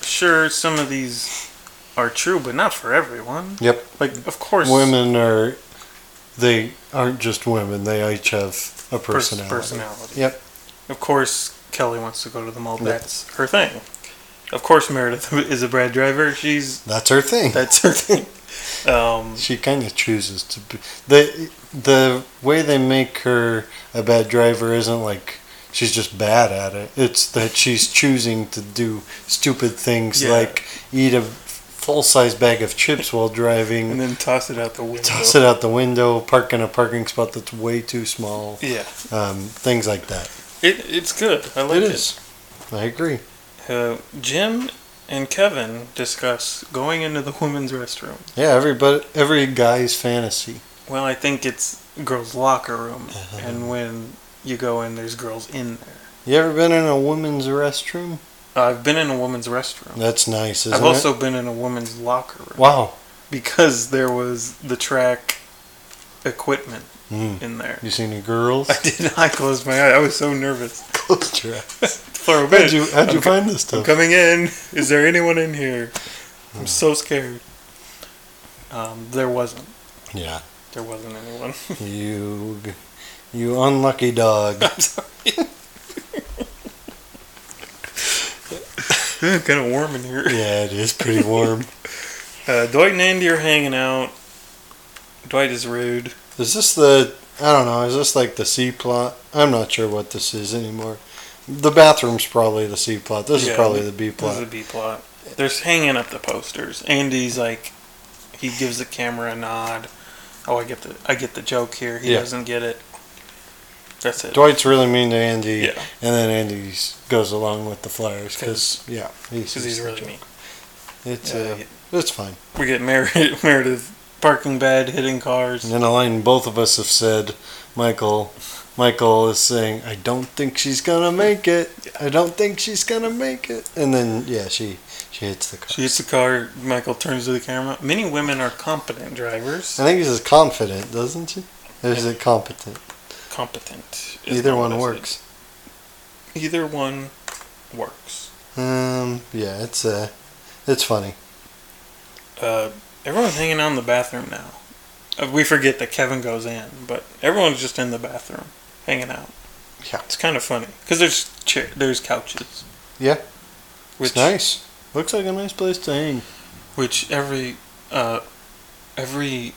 Speaker 5: sure, some of these are true, but not for everyone.
Speaker 6: Yep.
Speaker 5: Like, of course,
Speaker 6: women are. They aren't just women. They each have a
Speaker 5: pers-
Speaker 6: personality.
Speaker 5: personality.
Speaker 6: Yep.
Speaker 5: Of course, Kelly wants to go to the mall. That's her thing. Of course, Meredith [laughs] is a Brad driver. She's
Speaker 6: That's her thing.
Speaker 5: that's her thing. Um,
Speaker 6: she kind of chooses to be. The the way they make her a bad driver isn't like she's just bad at it. It's that she's choosing to do stupid things
Speaker 5: Yeah.
Speaker 6: like eat a full size bag of chips while driving.
Speaker 5: and then toss it out the window.
Speaker 6: toss it out the window, park in a parking spot that's way
Speaker 5: [laughs]
Speaker 6: too small,
Speaker 5: Yeah,
Speaker 6: um, things like that.
Speaker 5: it, it's good. I like it.
Speaker 6: I agree.
Speaker 5: Uh, Jim and Kevin discuss going into the women's restroom.
Speaker 6: Yeah, everybody, every guy's fantasy.
Speaker 5: Well, I think it's girls' locker room,
Speaker 6: Uh-huh.
Speaker 5: and when you go in, there's girls in there.
Speaker 6: You ever been in a women's restroom?
Speaker 5: I've been in a woman's restroom.
Speaker 6: That's nice, isn't
Speaker 5: I've
Speaker 6: it?
Speaker 5: also been in a woman's locker room
Speaker 6: Wow.
Speaker 5: because there was the track equipment
Speaker 6: Mm.
Speaker 5: in there. [laughs]
Speaker 6: You seen any girls?
Speaker 5: I did not close my eye. I was so nervous [laughs]
Speaker 6: Closed your eyes.
Speaker 5: for a
Speaker 6: How'd
Speaker 5: bit.
Speaker 6: you, how'd you
Speaker 5: I'm co-
Speaker 6: find this
Speaker 5: I'm
Speaker 6: stuff? Hmm.
Speaker 5: coming in. Is there anyone in here? I'm so scared. Um, there wasn't.
Speaker 6: Yeah.
Speaker 5: There wasn't anyone. [laughs]
Speaker 6: You, g- you unlucky
Speaker 5: [laughs]
Speaker 6: dog.
Speaker 5: I'm sorry. kind of warm in here.
Speaker 6: yeah, it is pretty warm.
Speaker 5: Uh, Dwight and Andy are hanging out. Dwight is rude.
Speaker 6: Is this the I don't know, is this like the C plot? I'm not sure what this is anymore. The bathroom's probably the C plot. This
Speaker 5: Yeah,
Speaker 6: is probably the
Speaker 5: This
Speaker 6: B
Speaker 5: is a
Speaker 6: plot.
Speaker 5: B plot. They're hanging up the posters. Andy's like, he gives the camera a nod. Oh, I get the I get the joke here. He
Speaker 6: Yeah.
Speaker 5: doesn't get it. That's it.
Speaker 6: Dwight's really mean to Andy,
Speaker 5: Yeah.
Speaker 6: and then Andy goes along with the flyers because yeah,
Speaker 5: Because he's really mean.
Speaker 6: It's
Speaker 5: Yeah,
Speaker 6: uh, it's fine.
Speaker 5: We get Meredith, [laughs] Meredith parking bad, hitting
Speaker 6: And
Speaker 5: cars.
Speaker 6: then a line both of us have said, Michael, Michael is saying, "I don't think she's gonna make it. I don't think she's gonna make it." And then yeah, she she hits the car.
Speaker 5: She hits the car. Michael turns to the camera. Many women are competent drivers.
Speaker 6: I think he says confident, doesn't she? Or is it competent?
Speaker 5: Competent. is
Speaker 6: Either
Speaker 5: not what
Speaker 6: one
Speaker 5: I said.
Speaker 6: works.
Speaker 5: Either one works.
Speaker 6: Um, yeah, it's uh, it's funny.
Speaker 5: uh, everyone's hanging out in the bathroom now. Uh, We forget that Kevin goes in, but everyone's just in the bathroom hanging out.
Speaker 6: Yeah.
Speaker 5: it's kind of funny because there's chair, there's couches.
Speaker 6: Yeah.
Speaker 5: which
Speaker 6: it's nice. Looks like a nice place to hang.
Speaker 5: which every uh, every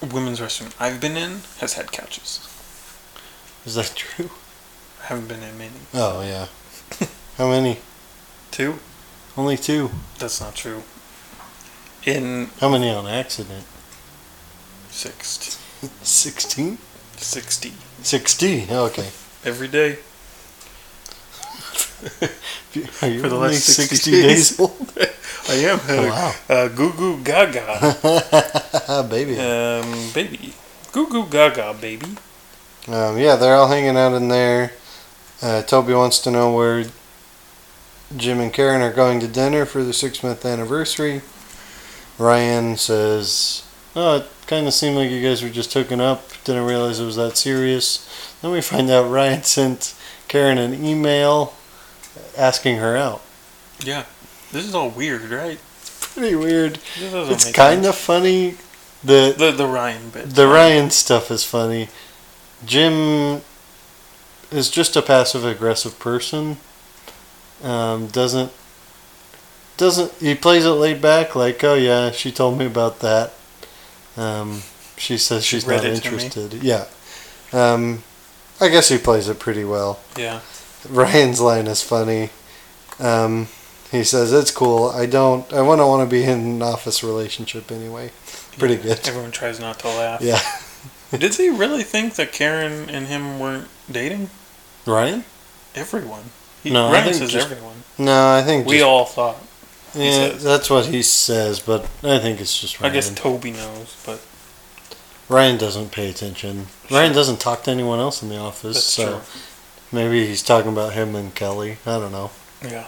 Speaker 5: women's restroom I've been in has had couches.
Speaker 6: Is that true?
Speaker 5: I haven't been in many.
Speaker 6: Oh yeah. [laughs] How many?
Speaker 5: Two?
Speaker 6: Only two.
Speaker 5: That's not true. In
Speaker 6: How many on accident?
Speaker 5: sixty,
Speaker 6: Sixteen.
Speaker 5: sixty
Speaker 6: Sixty. Okay.
Speaker 5: every day.
Speaker 6: Are you
Speaker 5: For the
Speaker 6: only
Speaker 5: last 60 days. [laughs]
Speaker 6: old?
Speaker 5: I am.
Speaker 6: Oh,
Speaker 5: Uh, uh, Goo Goo Gaga.
Speaker 6: wow. [laughs] Baby. [laughs] Yeah.
Speaker 5: Um, baby. Goo goo gaga, baby.
Speaker 6: Um, yeah, they're all hanging out in there. Uh, Toby wants to know where Jim and Karen are going to dinner for the six month anniversary. Ryan says, Oh, it kind of seemed like you guys were just hooking up. Didn't realize it was that serious. Then we find out Ryan [laughs] sent Karen an email asking her out.
Speaker 5: Yeah. This is all weird, right?
Speaker 6: Pretty weird.
Speaker 5: This doesn't
Speaker 6: It's
Speaker 5: make
Speaker 6: kind of funny. The
Speaker 5: sense. The, the Ryan bit.
Speaker 6: The Ryan stuff is funny. Jim is just a passive aggressive person. Um, doesn't doesn't he plays it laid back like oh yeah she told me about that. Um, she says she's
Speaker 5: read
Speaker 6: not
Speaker 5: it to me.
Speaker 6: interested. Yeah. Um, I guess he plays it pretty well.
Speaker 5: Yeah.
Speaker 6: Ryan's line is funny. Um, he says, "It's cool. I don't. I wouldn't want to be in an office relationship anyway." Pretty
Speaker 5: Yeah,
Speaker 6: good.
Speaker 5: Everyone tries not to laugh.
Speaker 6: Yeah.
Speaker 5: Did they really think that Karen and him weren't dating?
Speaker 6: Ryan?
Speaker 5: Everyone. He,
Speaker 6: No, I
Speaker 5: Ryan
Speaker 6: think
Speaker 5: says
Speaker 6: just-
Speaker 5: everyone.
Speaker 6: No, I think
Speaker 5: We
Speaker 6: just-
Speaker 5: all thought. he
Speaker 6: yeah,
Speaker 5: says.
Speaker 6: that's what he says, but I think it's just
Speaker 5: I
Speaker 6: Ryan.
Speaker 5: guess Toby knows, but
Speaker 6: Ryan doesn't pay attention. Ryan doesn't talk to anyone else in the office,
Speaker 5: that's
Speaker 6: so maybe he's talking about him and Kelly. I don't know.
Speaker 5: true. Yeah.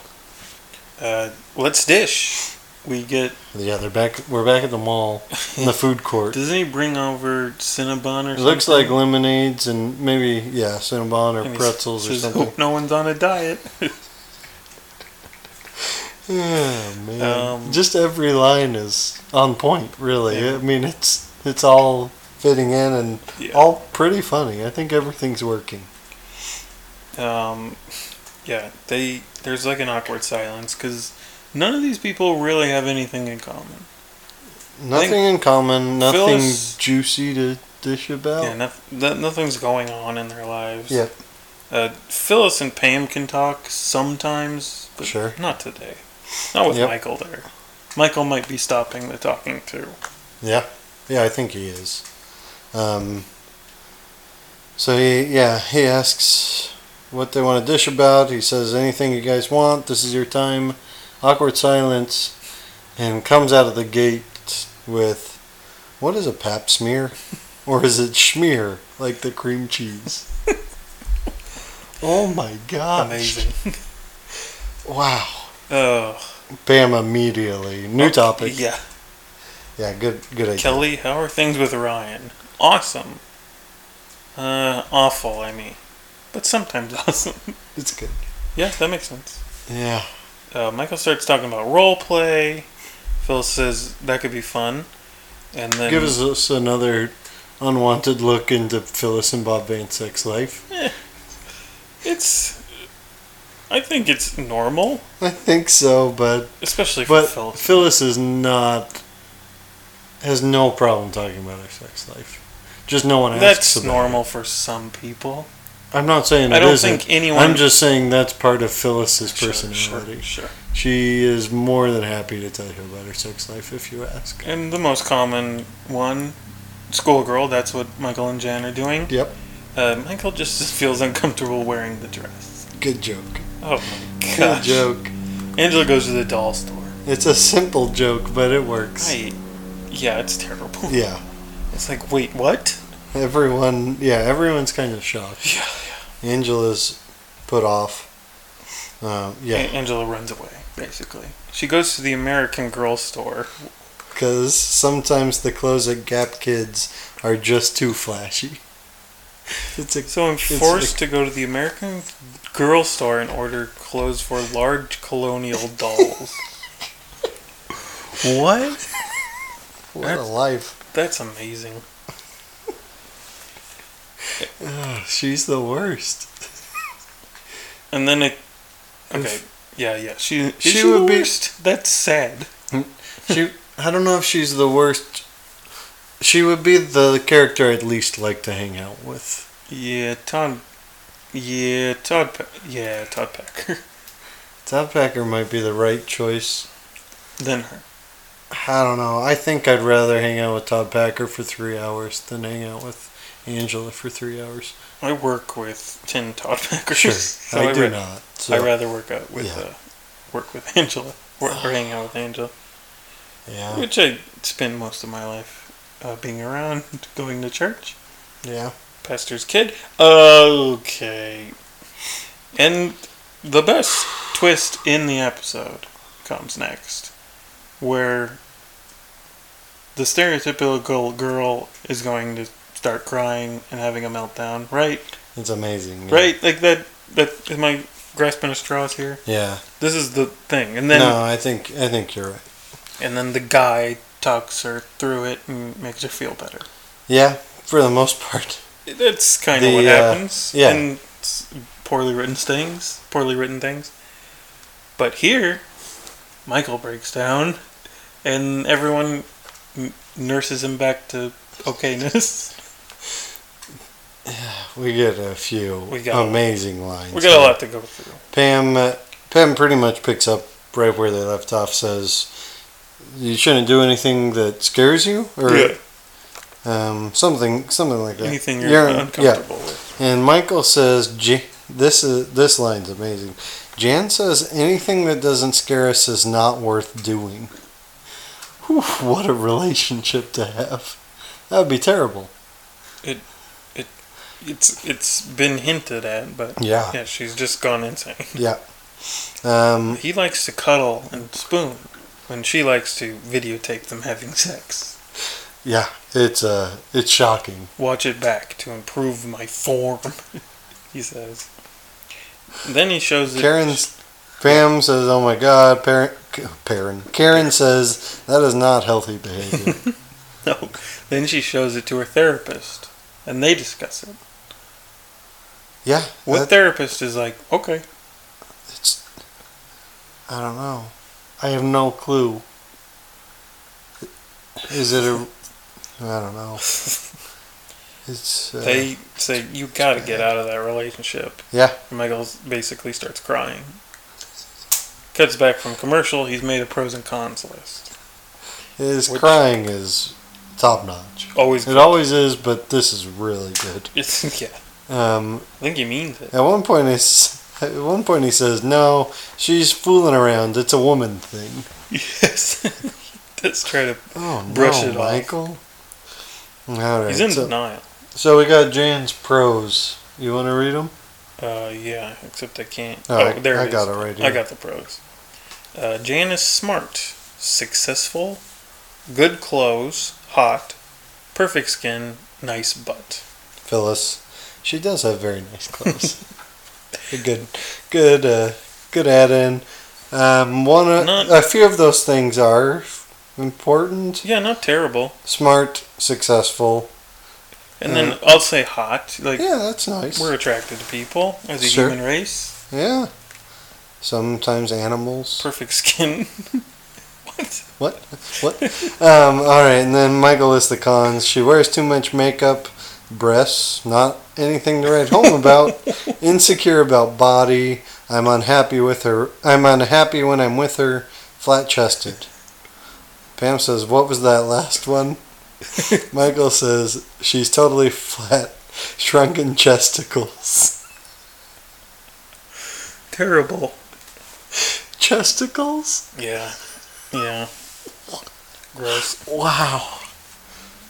Speaker 5: Uh, let's dish. We get.
Speaker 6: Yeah, they're back. We're back at the mall,
Speaker 5: [laughs]
Speaker 6: in the food court.
Speaker 5: Doesn't he bring over Cinnabon or
Speaker 6: It
Speaker 5: something?
Speaker 6: looks like lemonades and maybe yeah, Cinnabon
Speaker 5: And
Speaker 6: or
Speaker 5: he
Speaker 6: pretzels or
Speaker 5: says,
Speaker 6: something.
Speaker 5: Hope no one's on a diet.
Speaker 6: Yeah, man.
Speaker 5: Um,
Speaker 6: Just every line is on point, really.
Speaker 5: Yeah.
Speaker 6: I mean, it's it's all fitting in and
Speaker 5: Yeah.
Speaker 6: all pretty funny. I think everything's working.
Speaker 5: um, yeah, they there's like an awkward silence because none of these people really have anything in common.
Speaker 6: Nothing in common. Nothing
Speaker 5: Phyllis-
Speaker 6: juicy to dish about.
Speaker 5: Yeah, noth- no, nothing's going on in their lives.
Speaker 6: Yeah.
Speaker 5: Uh, Phyllis and Pam can talk sometimes, but
Speaker 6: Sure.
Speaker 5: not today. Not with
Speaker 6: Yep.
Speaker 5: Michael there. Michael might be stopping the talking too.
Speaker 6: Yeah, yeah, I think he is. Um, so he, yeah, he asks what they want to dish about. He says, "Anything you guys want. This is your time." Awkward silence, and comes out of the gate with, "What is a pap smear, [laughs] or is it schmear like the cream cheese?" oh my gosh!
Speaker 5: [laughs] Amazing.
Speaker 6: Wow.
Speaker 5: Oh,
Speaker 6: Bam! Immediately. New topic. Yeah,
Speaker 5: Yeah.
Speaker 6: good, good idea.
Speaker 5: Kelly, how are things with Ryan? Awesome. Uh, awful, I mean. But sometimes awesome.
Speaker 6: It's good.
Speaker 5: [laughs] yeah, that makes sense.
Speaker 6: Yeah.
Speaker 5: uh, Michael starts talking about role play. Phil says that could be fun, and then
Speaker 6: Gives us another unwanted look into Phyllis and Bob Van Sick's life.
Speaker 5: it's. I think it's normal,
Speaker 6: I think so, but
Speaker 5: especially for
Speaker 6: but
Speaker 5: Phil.
Speaker 6: Phyllis is not has no problem talking about her sex life. Just no one asks
Speaker 5: That's
Speaker 6: about
Speaker 5: normal for some people.
Speaker 6: it. I'm not saying
Speaker 5: I
Speaker 6: it
Speaker 5: don't
Speaker 6: isn't.
Speaker 5: think anyone.
Speaker 6: I'm just saying that's part of Phyllis's
Speaker 5: Sure,
Speaker 6: personality.
Speaker 5: Sure, sure.
Speaker 6: She is more than happy to tell you about her sex life if you ask.
Speaker 5: And the most common one, schoolgirl. That's what Michael and Jan are doing.
Speaker 6: Yep.
Speaker 5: Uh, Michael just feels uncomfortable wearing the dress.
Speaker 6: Good joke.
Speaker 5: Oh my
Speaker 6: Good
Speaker 5: gosh.
Speaker 6: joke.
Speaker 5: Angela goes to the doll store.
Speaker 6: It's a simple joke, but it works.
Speaker 5: I, yeah, it's terrible.
Speaker 6: Yeah.
Speaker 5: It's like, wait, what?
Speaker 6: Everyone, yeah, everyone's kind of shocked.
Speaker 5: Yeah.
Speaker 6: Angela's put off. Uh,
Speaker 5: A-
Speaker 6: yeah,
Speaker 5: Angela runs away, basically. She goes to the American Girl store.
Speaker 6: because sometimes the clothes at Gap Kids are just too flashy. [laughs] It's a
Speaker 5: So I'm
Speaker 6: It's
Speaker 5: forced to go to the American Girl store and order clothes for large
Speaker 6: [laughs]
Speaker 5: colonial dolls. what?
Speaker 6: [laughs] what a life.
Speaker 5: That's amazing.
Speaker 6: Ugh, she's the worst.
Speaker 5: And then it. Okay. Yeah, yeah. She is
Speaker 6: She
Speaker 5: she,
Speaker 6: would
Speaker 5: would
Speaker 6: be-
Speaker 5: be. That's sad. [laughs]
Speaker 6: She, I don't know if she's the worst. She would be the character I'd least like to hang out with.
Speaker 5: Yeah, Todd. Yeah, Todd. Pa- yeah, Todd [laughs] Packer.
Speaker 6: Todd Packer might be the right choice.
Speaker 5: then her.
Speaker 6: I don't know. I think I'd rather hang out with Todd Packer for three hours than hang out with Angela for three hours.
Speaker 5: I work with ten Todd [laughs] Packers. so
Speaker 6: I, do
Speaker 5: read-
Speaker 6: not. So,
Speaker 5: I rather work out with
Speaker 6: Yeah.
Speaker 5: uh, work with Angela or, or hang out with Angela,
Speaker 6: yeah,
Speaker 5: which I spend most of my life uh, being around, going to church,
Speaker 6: yeah.
Speaker 5: pastor's kid. Okay, and the best twist in the episode comes next, where the stereotypical girl is going to start crying and having a meltdown. Right,
Speaker 6: It's amazing. Yeah.
Speaker 5: right, like that. That am I grasping at straws here?
Speaker 6: Yeah.
Speaker 5: This is the thing, and then
Speaker 6: no, I think I think you're right.
Speaker 5: and then the guy talks her through it and makes her feel better.
Speaker 6: Yeah, for the most [laughs] part.
Speaker 5: That's kind of what
Speaker 6: The, uh,
Speaker 5: happens.
Speaker 6: yeah.
Speaker 5: And s- poorly written things, poorly written things. But here, Michael breaks down, and everyone n- nurses him back to okayness. [laughs]
Speaker 6: We get a few
Speaker 5: We got-
Speaker 6: amazing lines.
Speaker 5: we got a lot to go through.
Speaker 6: Pam, uh, Pam pretty much picks up right where they left off. Says, "You shouldn't do anything that scares you, or
Speaker 5: Yeah.
Speaker 6: um, something, something like that."
Speaker 5: Anything you're,
Speaker 6: Yeah.
Speaker 5: uncomfortable with.
Speaker 6: And Michael says, J- "This is this line's amazing." Jan says, "Anything that doesn't scare us is not worth doing." Whew, what a relationship to have. That would be terrible.
Speaker 5: It's it's been hinted at, but
Speaker 6: Yeah.
Speaker 5: yeah, she's just gone insane. [laughs]
Speaker 6: Um,
Speaker 5: He likes to cuddle and spoon, when she likes to videotape them having sex.
Speaker 6: yeah. It's uh, it's shocking.
Speaker 5: Watch it back to improve my form, [laughs] he says. Then he shows it.
Speaker 6: Karen's Pam says, "Oh my God, parent." Karen. Karen says that is not
Speaker 5: [laughs]
Speaker 6: healthy behavior.
Speaker 5: No. Then she shows it to her therapist, and they discuss it.
Speaker 6: yeah,
Speaker 5: What
Speaker 6: that-
Speaker 5: therapist is like, okay,
Speaker 6: it's, I don't know. I have no clue. Is it a? I don't know. It's uh,
Speaker 5: they say you gotta get out of that relationship.
Speaker 6: Yeah.
Speaker 5: Michael basically starts crying. Cuts back from commercial. He's made a pros and cons list.
Speaker 6: his
Speaker 5: which-
Speaker 6: crying is top notch.
Speaker 5: Always,
Speaker 6: It always is, but this is really good.
Speaker 5: it's, [laughs] yeah.
Speaker 6: Um,
Speaker 5: I think he means it. [laughs]
Speaker 6: At one point, it's, at one point he says, "No, she's fooling around. It's a woman thing."
Speaker 5: Yes. [laughs] Let's try to.
Speaker 6: Oh
Speaker 5: Brush
Speaker 6: no,
Speaker 5: it off.
Speaker 6: Michael! All right.
Speaker 5: He's in
Speaker 6: so,
Speaker 5: denial.
Speaker 6: so we got Jan's pros. You want to read them?
Speaker 5: Uh, yeah, except I can't.
Speaker 6: Oh,
Speaker 5: Oh,
Speaker 6: I-
Speaker 5: there
Speaker 6: I
Speaker 5: it is.
Speaker 6: got it right here.
Speaker 5: I got the pros. Uh, Jan is smart, successful, good clothes, hot, perfect skin, nice butt.
Speaker 6: Phyllis, she does have very
Speaker 5: [laughs]
Speaker 6: nice clothes. a good, good, uh, good add-in. Um, one, of-
Speaker 5: Not-
Speaker 6: a few of those things are important:
Speaker 5: Yeah, not terrible.
Speaker 6: smart, successful.
Speaker 5: And then I'll say hot. Like
Speaker 6: Mm. Yeah, that's nice.
Speaker 5: we're attracted to people as a
Speaker 6: Sure.
Speaker 5: human race.
Speaker 6: Yeah. Sometimes animals.
Speaker 5: Perfect skin. [laughs] what?
Speaker 6: Um, all right, and then Michael lists the cons. She wears too much makeup, breasts, not anything to write home about, insecure about body. I'm unhappy with her. I'm unhappy when I'm with her, flat chested. Pam says, What was that last one? Michael says, She's totally flat, shrunken chesticles. [laughs]
Speaker 5: Terrible.
Speaker 6: Chesticles?
Speaker 5: Yeah. Yeah. Gross.
Speaker 6: Wow.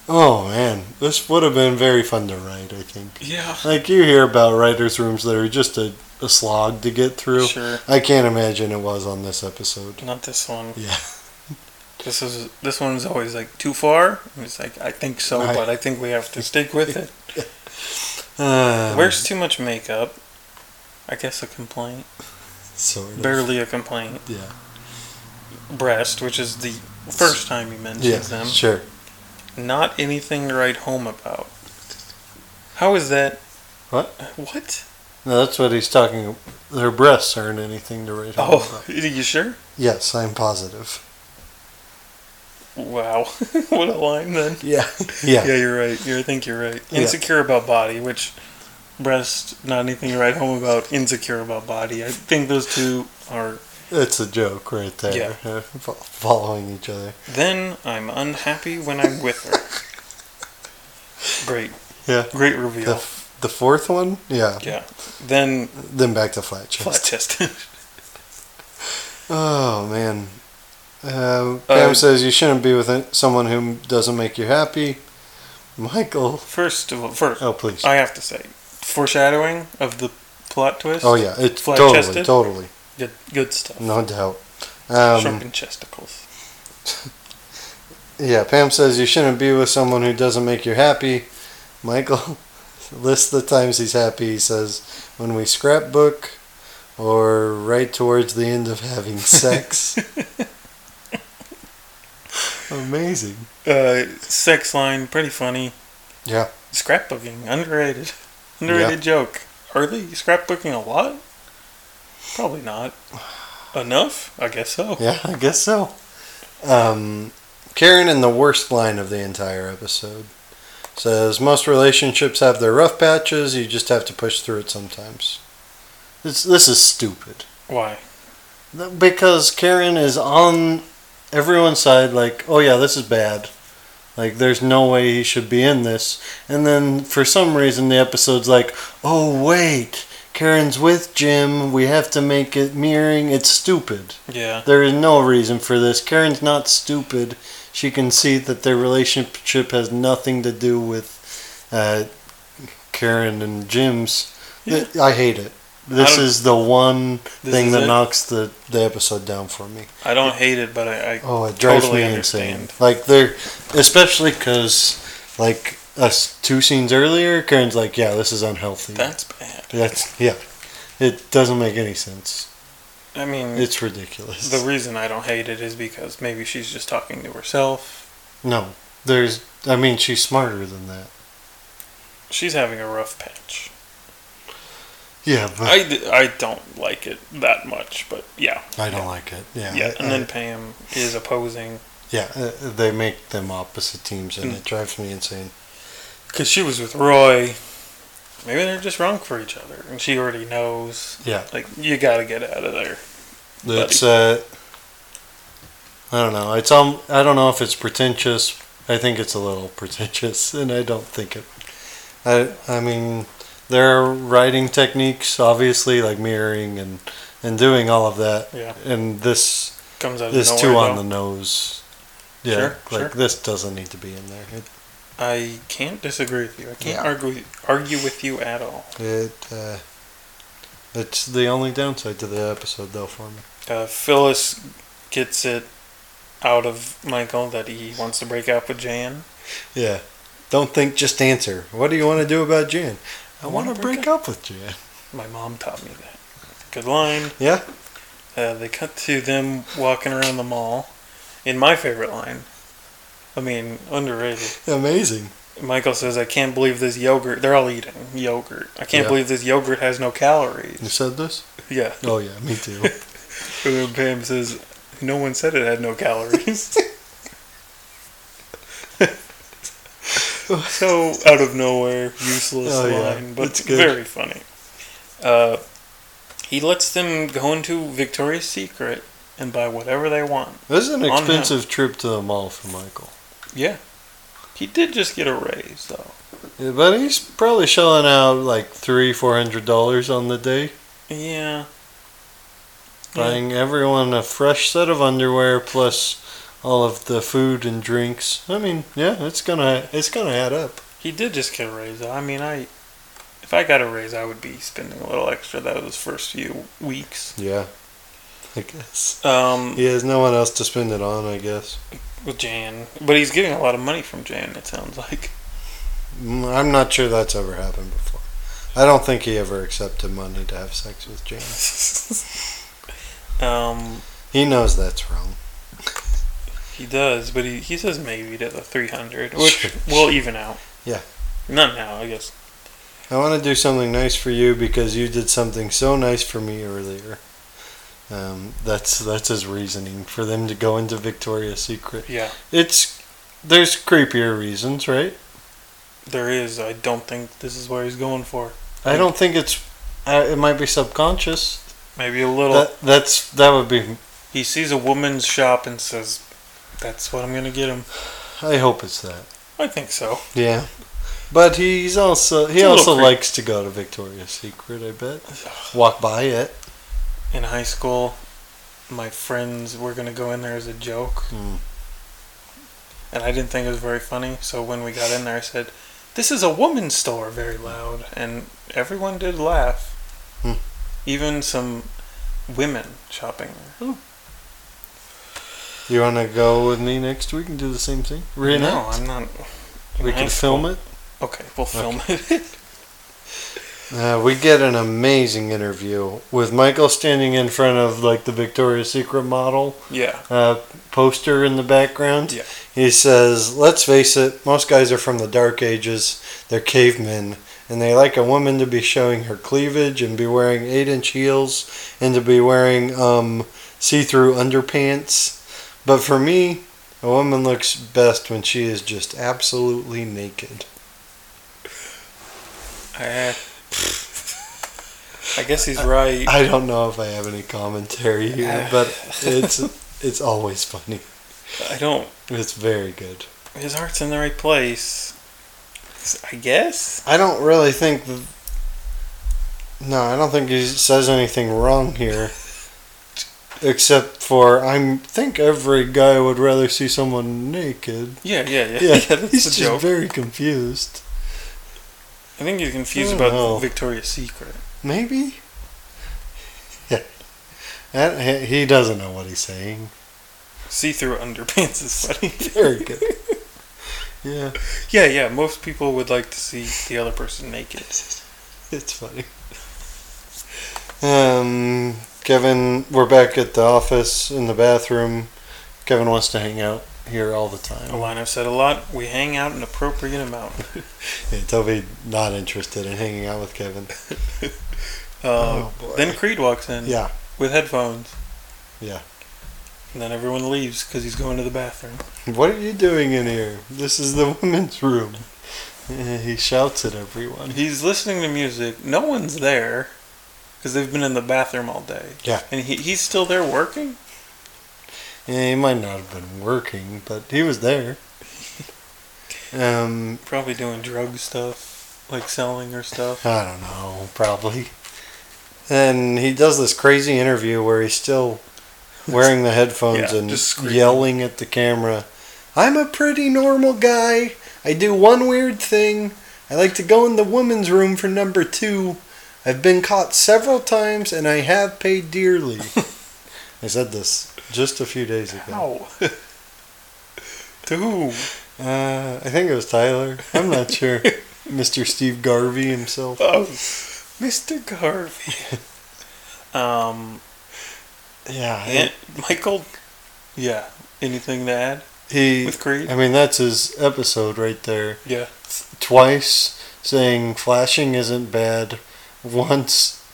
Speaker 6: Oh man, this would have been very fun to write, I think.
Speaker 5: Yeah.
Speaker 6: Like you hear about writers' rooms that are just a, a slog to get through.
Speaker 5: Sure.
Speaker 6: I can't imagine it was on this episode.
Speaker 5: Not this one.
Speaker 6: Yeah.
Speaker 5: [laughs] This is this one's always like too far. And it's like I think so,
Speaker 6: Right.
Speaker 5: but I think we have to stick with
Speaker 6: [laughs]
Speaker 5: it.
Speaker 6: Um,
Speaker 5: Wears too much makeup. I guess a complaint.
Speaker 6: Um, sort of.
Speaker 5: Barely a complaint.
Speaker 6: Yeah.
Speaker 5: Breast, which is the first time he mentions
Speaker 6: Yeah.
Speaker 5: them.
Speaker 6: Sure.
Speaker 5: Not anything to write home about. How is that?
Speaker 6: What?
Speaker 5: What?
Speaker 6: No, that's what he's talking. ab- Their breasts aren't anything to write home
Speaker 5: Oh, [laughs]
Speaker 6: about.
Speaker 5: are you sure?
Speaker 6: Yes, I'm positive.
Speaker 5: Wow, [laughs] what a line then.
Speaker 6: Yeah. [laughs] Yeah.
Speaker 5: Yeah, you're right. You're, I think you're right.
Speaker 6: Yeah.
Speaker 5: Insecure about body, which breast, not anything to write home about. Insecure about body. I think those two are.
Speaker 6: It's a joke right there.
Speaker 5: Yeah.
Speaker 6: uh, [laughs] fo- following each other.
Speaker 5: Then I'm unhappy when I'm with
Speaker 6: [laughs]
Speaker 5: her. Great.
Speaker 6: Yeah.
Speaker 5: Great
Speaker 6: The,
Speaker 5: reveal.
Speaker 6: f- the fourth one? Yeah.
Speaker 5: yeah. Then
Speaker 6: Then back to flat chest.
Speaker 5: flat chest.
Speaker 6: Oh man. Uh,
Speaker 5: Uh,
Speaker 6: Pam says you shouldn't be with a- someone who doesn't make you happy.
Speaker 5: [laughs]
Speaker 6: Michael.
Speaker 5: first of all, first
Speaker 6: Oh please.
Speaker 5: I have to say foreshadowing of the plot twist.
Speaker 6: oh yeah, it's
Speaker 5: Flat
Speaker 6: totally,
Speaker 5: chested?
Speaker 6: totally,
Speaker 5: Good, good stuff.
Speaker 6: no doubt. Um,
Speaker 5: Shrunken chesticles.
Speaker 6: yeah, Pam says you shouldn't be with someone who doesn't make you happy. Michael [laughs] lists the times he's happy. He says when we scrapbook, or right towards the end of
Speaker 5: [laughs]
Speaker 6: having sex. Amazing.
Speaker 5: Uh, sex line, pretty funny.
Speaker 6: Yeah.
Speaker 5: Scrapbooking, underrated, underrated joke. Are they scrapbooking a lot? Probably not. Enough? I guess so.
Speaker 6: Yeah, I guess so. Um, Karen, in the worst line of the entire episode, says most relationships have their rough patches. You just have to push through it sometimes. This this is stupid
Speaker 5: Why?
Speaker 6: Th- because Karen is on everyone's side. Like, oh yeah, this is bad. Like, there's no way he should be in this. And then for some reason, the episode's like, oh wait, Karen's with Jim. We have to make it mirroring. It's stupid.
Speaker 5: Yeah.
Speaker 6: There is no reason for this. Karen's not stupid. She can see that their relationship has nothing to do with uh, Karen and Jim's. Th- I hate it. This
Speaker 5: don't-
Speaker 6: is the one
Speaker 5: This
Speaker 6: thing
Speaker 5: is
Speaker 6: that
Speaker 5: it.
Speaker 6: knocks the, the episode down for me.
Speaker 5: I don't hate it, but I. I
Speaker 6: Oh, it drives
Speaker 5: Totally
Speaker 6: me
Speaker 5: understand.
Speaker 6: insane. Like they're especially because like us two scenes earlier, Karen's like, "Yeah, this is unhealthy."
Speaker 5: that's bad.
Speaker 6: That's yeah. It doesn't make any sense.
Speaker 5: I mean,
Speaker 6: It's ridiculous.
Speaker 5: the reason I don't hate it is because maybe she's just talking to herself.
Speaker 6: No, there's. I mean, she's smarter than that.
Speaker 5: She's having a rough patch.
Speaker 6: Yeah, but
Speaker 5: I, d- I don't like it that much, but yeah.
Speaker 6: I don't like it. Yeah.
Speaker 5: Yeah.
Speaker 6: I-
Speaker 5: And then Pam is opposing.
Speaker 6: yeah, uh, they make them opposite teams, and
Speaker 5: Mm.
Speaker 6: it drives me insane.
Speaker 5: Because she was with Roy. Maybe they're just wrong for each other. And she already knows.
Speaker 6: Yeah.
Speaker 5: Like, you gotta get out of there.
Speaker 6: It's uh, I don't know. It's um, I don't know if it's pretentious. I think it's a little [laughs] pretentious, and I don't think it. I I mean, there are writing techniques, obviously, like mirroring and and doing all of that,
Speaker 5: Yeah.
Speaker 6: and this
Speaker 5: Comes out of
Speaker 6: this
Speaker 5: nowhere.
Speaker 6: too on
Speaker 5: though.
Speaker 6: the nose. Yeah,
Speaker 5: Sure,
Speaker 6: like
Speaker 5: sure.
Speaker 6: this doesn't need to be in there. It,
Speaker 5: I can't disagree with you. I can't
Speaker 6: Yeah.
Speaker 5: argue, argue with you at all.
Speaker 6: it uh, it's the only downside to the episode, though, for me.
Speaker 5: Uh, Phyllis gets it out of Michael that he wants to break up with Jan.
Speaker 6: Yeah, don't think, just answer. What do you want to do about Jan? I,
Speaker 5: I wanna
Speaker 6: want to
Speaker 5: break
Speaker 6: break up with Jan.
Speaker 5: My mom taught me that. Good line.
Speaker 6: Yeah,
Speaker 5: Uh, they cut to them walking around the mall. In my favorite line, I mean, underrated.
Speaker 6: [laughs] amazing.
Speaker 5: Michael says, I can't believe this yogurt. They're all eating yogurt. I can't
Speaker 6: Yeah.
Speaker 5: believe this yogurt has no
Speaker 6: You
Speaker 5: calories.
Speaker 6: said this?
Speaker 5: Yeah.
Speaker 6: Oh yeah, me [laughs] too.
Speaker 5: And then Pam says, No one said it had no
Speaker 6: [laughs]
Speaker 5: calories. so out of nowhere, useless
Speaker 6: Oh, yeah.
Speaker 5: line, but
Speaker 6: That's good.
Speaker 5: very funny. Uh, he lets them go into Victoria's Secret and buy whatever they want.
Speaker 6: this is an
Speaker 5: On him.
Speaker 6: expensive trip to the mall for Michael,
Speaker 5: He did just get a raise, though.
Speaker 6: yeah, but he's probably shelling out like three, four hundred dollars on the day.
Speaker 5: Yeah.
Speaker 6: buying everyone a fresh set of underwear plus all of the food and drinks. I mean, yeah, it's gonna it's gonna add up.
Speaker 5: He did just get a raise. though. I mean, I if I got a raise, I would be spending a little extra those first few weeks.
Speaker 6: Yeah, I guess
Speaker 5: Um,
Speaker 6: he has no one else to spend it on. I guess
Speaker 5: with Jan, but he's getting a lot of money from Jan. It sounds like [laughs]
Speaker 6: Mm, I'm not sure that's ever happened before. I don't think he ever accepted money to have sex with Jane.
Speaker 5: um,
Speaker 6: He knows that's wrong.
Speaker 5: he does, but he, he says maybe to the three hundred, which
Speaker 6: [laughs] Sure.
Speaker 5: will even out.
Speaker 6: Yeah.
Speaker 5: not now, I guess.
Speaker 6: I want to do something nice for you because you did something so nice for me earlier. Um, that's that's his reasoning for them to go into Victoria's Secret.
Speaker 5: Yeah,
Speaker 6: It's there's creepier reasons, right?
Speaker 5: there is. I don't think this is where he's going for.
Speaker 6: I don't think it's. I, it might be subconscious.
Speaker 5: Maybe a little.
Speaker 6: That, that's that would be.
Speaker 5: he sees a woman's shop and says, "That's what I'm gonna get him."
Speaker 6: I hope it's that.
Speaker 5: I think so.
Speaker 6: Yeah, but he's also he
Speaker 5: It's a little
Speaker 6: also
Speaker 5: creep.
Speaker 6: likes to go to Victoria's Secret. I bet walk by it.
Speaker 5: in high school, my friends were gonna go in there as a joke,
Speaker 6: Mm.
Speaker 5: and I didn't think it was very funny. So when we got in there, I said, "This is a woman's store," very loud, and everyone did laugh.
Speaker 6: Hmm.
Speaker 5: Even some women shopping there.
Speaker 6: You want to go with me next week and do the same thing?
Speaker 5: no,
Speaker 6: Reenact.
Speaker 5: I'm not. in
Speaker 6: we
Speaker 5: high
Speaker 6: can film it.
Speaker 5: school. Okay, we'll film it. [laughs]
Speaker 6: Uh, we get an amazing interview with Michael standing in front of like the Victoria's Secret model
Speaker 5: yeah,
Speaker 6: uh, poster in the background.
Speaker 5: Yeah.
Speaker 6: He says, "Let's face it, most guys are from the dark ages. They're cavemen, and they like a woman to be showing her cleavage and be wearing eight inch heels and to be wearing um, see through underpants. But for me, a woman looks best when she is just absolutely naked.
Speaker 5: Eh. I guess he's right.
Speaker 6: I don't know if I have any commentary here, but it's it's always funny.
Speaker 5: I don't.
Speaker 6: It's very good.
Speaker 5: His heart's in the right place. S- I guess.
Speaker 6: I don't really think. th- No, I don't think he says anything wrong here. Except for, I think every guy would rather see someone naked.
Speaker 5: Yeah, yeah, yeah.
Speaker 6: Yeah,
Speaker 5: [laughs] Yeah, that's
Speaker 6: he's
Speaker 5: the
Speaker 6: just
Speaker 5: joke.
Speaker 6: very confused.
Speaker 5: I think you're confused
Speaker 6: I
Speaker 5: about
Speaker 6: don't know.
Speaker 5: Victoria's Secret.
Speaker 6: Maybe. [laughs] Yeah. That- he- he doesn't know what he's saying.
Speaker 5: See-through underpants is funny. [laughs]
Speaker 6: Very good. yeah,
Speaker 5: yeah, yeah. Most people would like to see the other person
Speaker 6: [laughs]
Speaker 5: naked.
Speaker 6: it's funny. Um, Kevin, we're back at the office in the bathroom. Kevin wants to hang out here all the
Speaker 5: A
Speaker 6: time.
Speaker 5: line I've said a lot. We hang out an appropriate amount.
Speaker 6: Yeah, Toby not interested in hanging out with Kevin.
Speaker 5: Um,
Speaker 6: [laughs] [laughs] Oh, boy.
Speaker 5: then Creed walks in
Speaker 6: Yeah,
Speaker 5: with headphones.
Speaker 6: Yeah.
Speaker 5: And then everyone leaves because he's going to the bathroom.
Speaker 6: what are you doing in here? This is the [laughs] women's room. Eh, He shouts at everyone.
Speaker 5: He's listening to music. No one's there because they've been in the bathroom all day.
Speaker 6: Yeah.
Speaker 5: And he, he's still there working?
Speaker 6: Yeah, eh, he might not have been working, but he was there. [laughs] Um,
Speaker 5: Probably doing drug stuff, like selling or stuff.
Speaker 6: I don't know, probably. And he does this crazy interview where he's still
Speaker 5: [laughs]
Speaker 6: wearing the headphones
Speaker 5: Yeah,
Speaker 6: and
Speaker 5: just screaming.
Speaker 6: yelling at the camera. I'm a pretty normal guy. I do one weird thing. I like to go in the women's room for number two. I've been caught several times and I have
Speaker 5: [laughs]
Speaker 6: paid dearly. I said this just a few days ago.
Speaker 5: Ow. [laughs] to who?
Speaker 6: Uh, I think it was Tyler. I'm not sure.
Speaker 5: [laughs]
Speaker 6: Mr. Steve Garvey himself.
Speaker 5: Oh, Mr. Garvey. [laughs] um,
Speaker 6: Yeah.
Speaker 5: and Michael, yeah. Anything to add
Speaker 6: He
Speaker 5: with Creed?
Speaker 6: I mean, that's his episode right there.
Speaker 5: Yeah.
Speaker 6: Twice saying flashing isn't bad, once,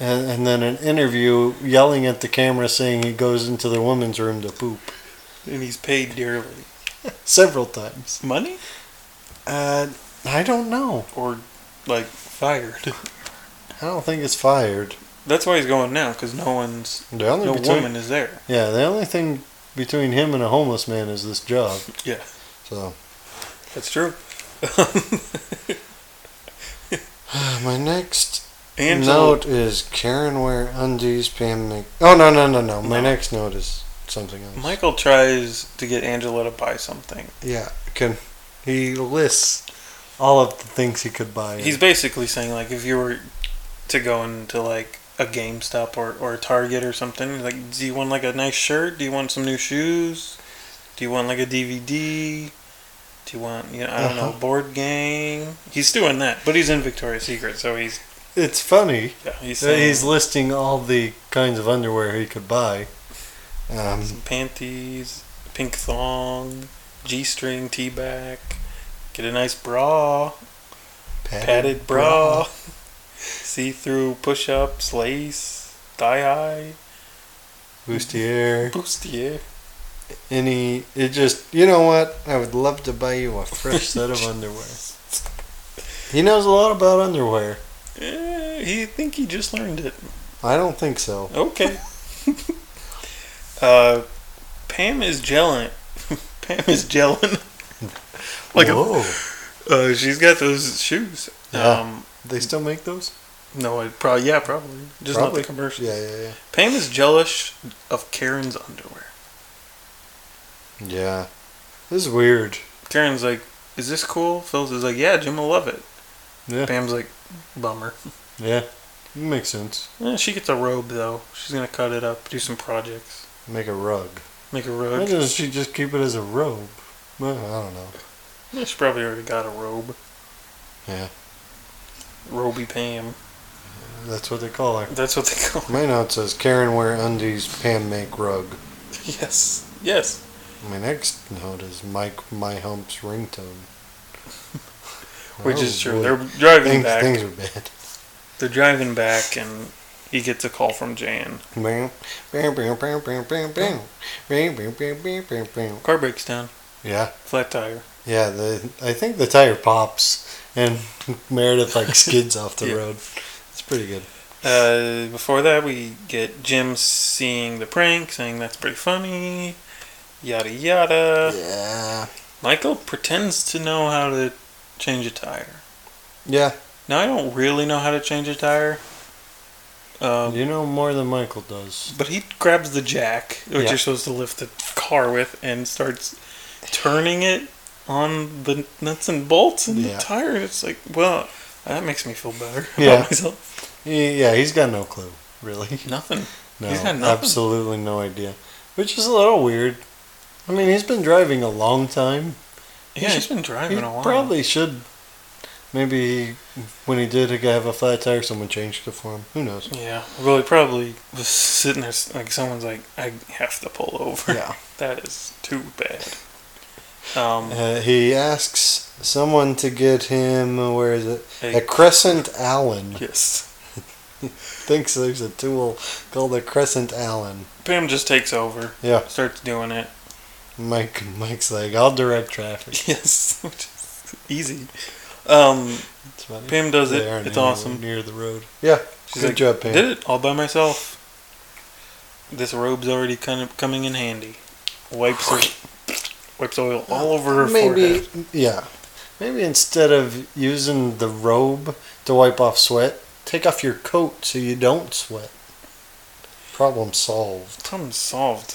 Speaker 6: and, and then an interview yelling at the camera saying he goes into the women's room to poop
Speaker 5: And he's paid dearly.
Speaker 6: several times.
Speaker 5: Money?
Speaker 6: Uh, I don't know.
Speaker 5: Or, like, fired? [laughs]
Speaker 6: I don't think it's fired.
Speaker 5: That's why he's going now because no one's,
Speaker 6: The only
Speaker 5: no
Speaker 6: between-
Speaker 5: woman is there.
Speaker 6: Yeah, the only thing between him and a homeless man is this job.
Speaker 5: Yeah.
Speaker 6: So [sighs]
Speaker 5: That's true. [laughs]
Speaker 6: my next
Speaker 5: Angela.
Speaker 6: note is Karen wear undies. Pam make. Oh no no no no! My
Speaker 5: No.
Speaker 6: next note is something else.
Speaker 5: Michael tries to get Angela to buy something.
Speaker 6: Yeah, can he lists all of the things he could buy?
Speaker 5: He's basically saying like if you were to go into like a GameStop or, or a Target or something, like do you want like a nice shirt? Do you want some new shoes? Do you want like a DVD? Do you want you know I don't know
Speaker 6: Uh-huh.
Speaker 5: a board game? He's doing that, but he's in Victoria's Secret, so he's
Speaker 6: it's funny.
Speaker 5: yeah, he's
Speaker 6: that
Speaker 5: saying
Speaker 6: He's listing all the kinds of underwear he could buy. Um,
Speaker 5: some panties, pink thong, G string, T back. Get a nice bra.
Speaker 6: padded,
Speaker 5: padded bra, [laughs] see-through push-ups, lace, tie-high,
Speaker 6: bustier.
Speaker 5: bustier.
Speaker 6: Any, it just you know what? I would love to buy you a fresh set of underwear. He knows a lot about underwear.
Speaker 5: Eh, he think he just learned it.
Speaker 6: I don't think so.
Speaker 5: [laughs] Okay. uh, Pam is gelling. [laughs] Pam is gelling. like a,
Speaker 6: Whoa,
Speaker 5: uh, she's got those shoes.
Speaker 6: Yeah.
Speaker 5: Um,
Speaker 6: they still make those?
Speaker 5: no, it probably yeah, probably just
Speaker 6: Probably.
Speaker 5: not the commercial.
Speaker 6: Yeah, yeah, yeah.
Speaker 5: Pam is jealous of Karen's underwear.
Speaker 6: Yeah, this is weird.
Speaker 5: Karen's like, "Is this cool?" Phil's is like, "Yeah, Jim will love it."
Speaker 6: Yeah,
Speaker 5: Pam's like, "Bummer."
Speaker 6: yeah, makes sense.
Speaker 5: Eh, she gets a robe though. She's gonna cut it up, do some projects,
Speaker 6: Make a rug.
Speaker 5: make a
Speaker 6: Why
Speaker 5: robe.
Speaker 6: doesn't she just keep it as a robe? Well, I don't know.
Speaker 5: Yeah, She probably already got a robe.
Speaker 6: Yeah.
Speaker 5: Roby Pam.
Speaker 6: That's what they call her.
Speaker 5: That's what they [laughs] call. Her.
Speaker 6: My note says Karen wear undies, Pam make rug.
Speaker 5: Yes. Yes.
Speaker 6: My next note is Mike my humps ringtone.
Speaker 5: [laughs] Which is
Speaker 6: Oh,
Speaker 5: true.
Speaker 6: boy.
Speaker 5: They're driving
Speaker 6: Things,
Speaker 5: back.
Speaker 6: things were bad. [laughs]
Speaker 5: They're driving back, and he gets a call from Jan.
Speaker 6: Bam, bam, bam, bam, bam, bam, bam. Bam, bam, bam, bam, bam, bam.
Speaker 5: Car breaks down,
Speaker 6: Yeah,
Speaker 5: flat tire.
Speaker 6: yeah. The I think the tire pops and [laughs] Meredith like skids off
Speaker 5: [laughs]
Speaker 6: the
Speaker 5: Yeah.
Speaker 6: road. It's pretty
Speaker 5: [laughs]
Speaker 6: good.
Speaker 5: Uh, before that, we get Jim seeing the prank, saying that's pretty funny, yada yada.
Speaker 6: Yeah,
Speaker 5: Michael pretends to know how to change a tire.
Speaker 6: yeah.
Speaker 5: Now, I don't really know how to change a tire. Um,
Speaker 6: You know more than Michael does.
Speaker 5: But he grabs the jack, which
Speaker 6: Yeah.
Speaker 5: you're supposed to lift the car with, and starts turning it on the nuts and bolts and
Speaker 6: Yeah.
Speaker 5: the tire. It's like, well, that makes me feel better [laughs] about
Speaker 6: Yeah.
Speaker 5: myself.
Speaker 6: He, yeah, he's got no clue, really. [laughs]
Speaker 5: Nothing.
Speaker 6: No,
Speaker 5: He's got nothing.
Speaker 6: absolutely no idea. Which is a little weird. I mean, he's been driving a long time.
Speaker 5: Yeah, he's been driving
Speaker 6: He
Speaker 5: a while.
Speaker 6: probably should. Maybe when he did have a flat tire, someone changed it for him.
Speaker 5: [laughs]
Speaker 6: Who knows?
Speaker 5: Yeah, well, he probably was sitting there, s- like, someone's like, I have to pull over. [laughs] that is too bad. Um,
Speaker 6: Uh, he asks someone to get him, uh, where is it?
Speaker 5: a-
Speaker 6: A Crescent Allen.
Speaker 5: yes.
Speaker 6: Thinks there's a tool called a Crescent Allen.
Speaker 5: Pam just takes over,
Speaker 6: Yeah.
Speaker 5: starts doing it. [laughs]
Speaker 6: Mike, Mike's like, I'll direct traffic.
Speaker 5: Yes, which is easy. Um,
Speaker 6: It's funny.
Speaker 5: Pam does it.
Speaker 6: They aren't
Speaker 5: It's
Speaker 6: anywhere
Speaker 5: awesome.
Speaker 6: Near the road. Yeah.
Speaker 5: She's
Speaker 6: Good
Speaker 5: like,
Speaker 6: job, Pam.
Speaker 5: Did it all by myself. This robe's already kind of coming in handy. Wipes her, wipes oil all over her
Speaker 6: Maybe,
Speaker 5: forehead.
Speaker 6: yeah. Maybe instead of using the robe to wipe off sweat, take off your coat so you don't sweat. Problem solved.
Speaker 5: Problem solved.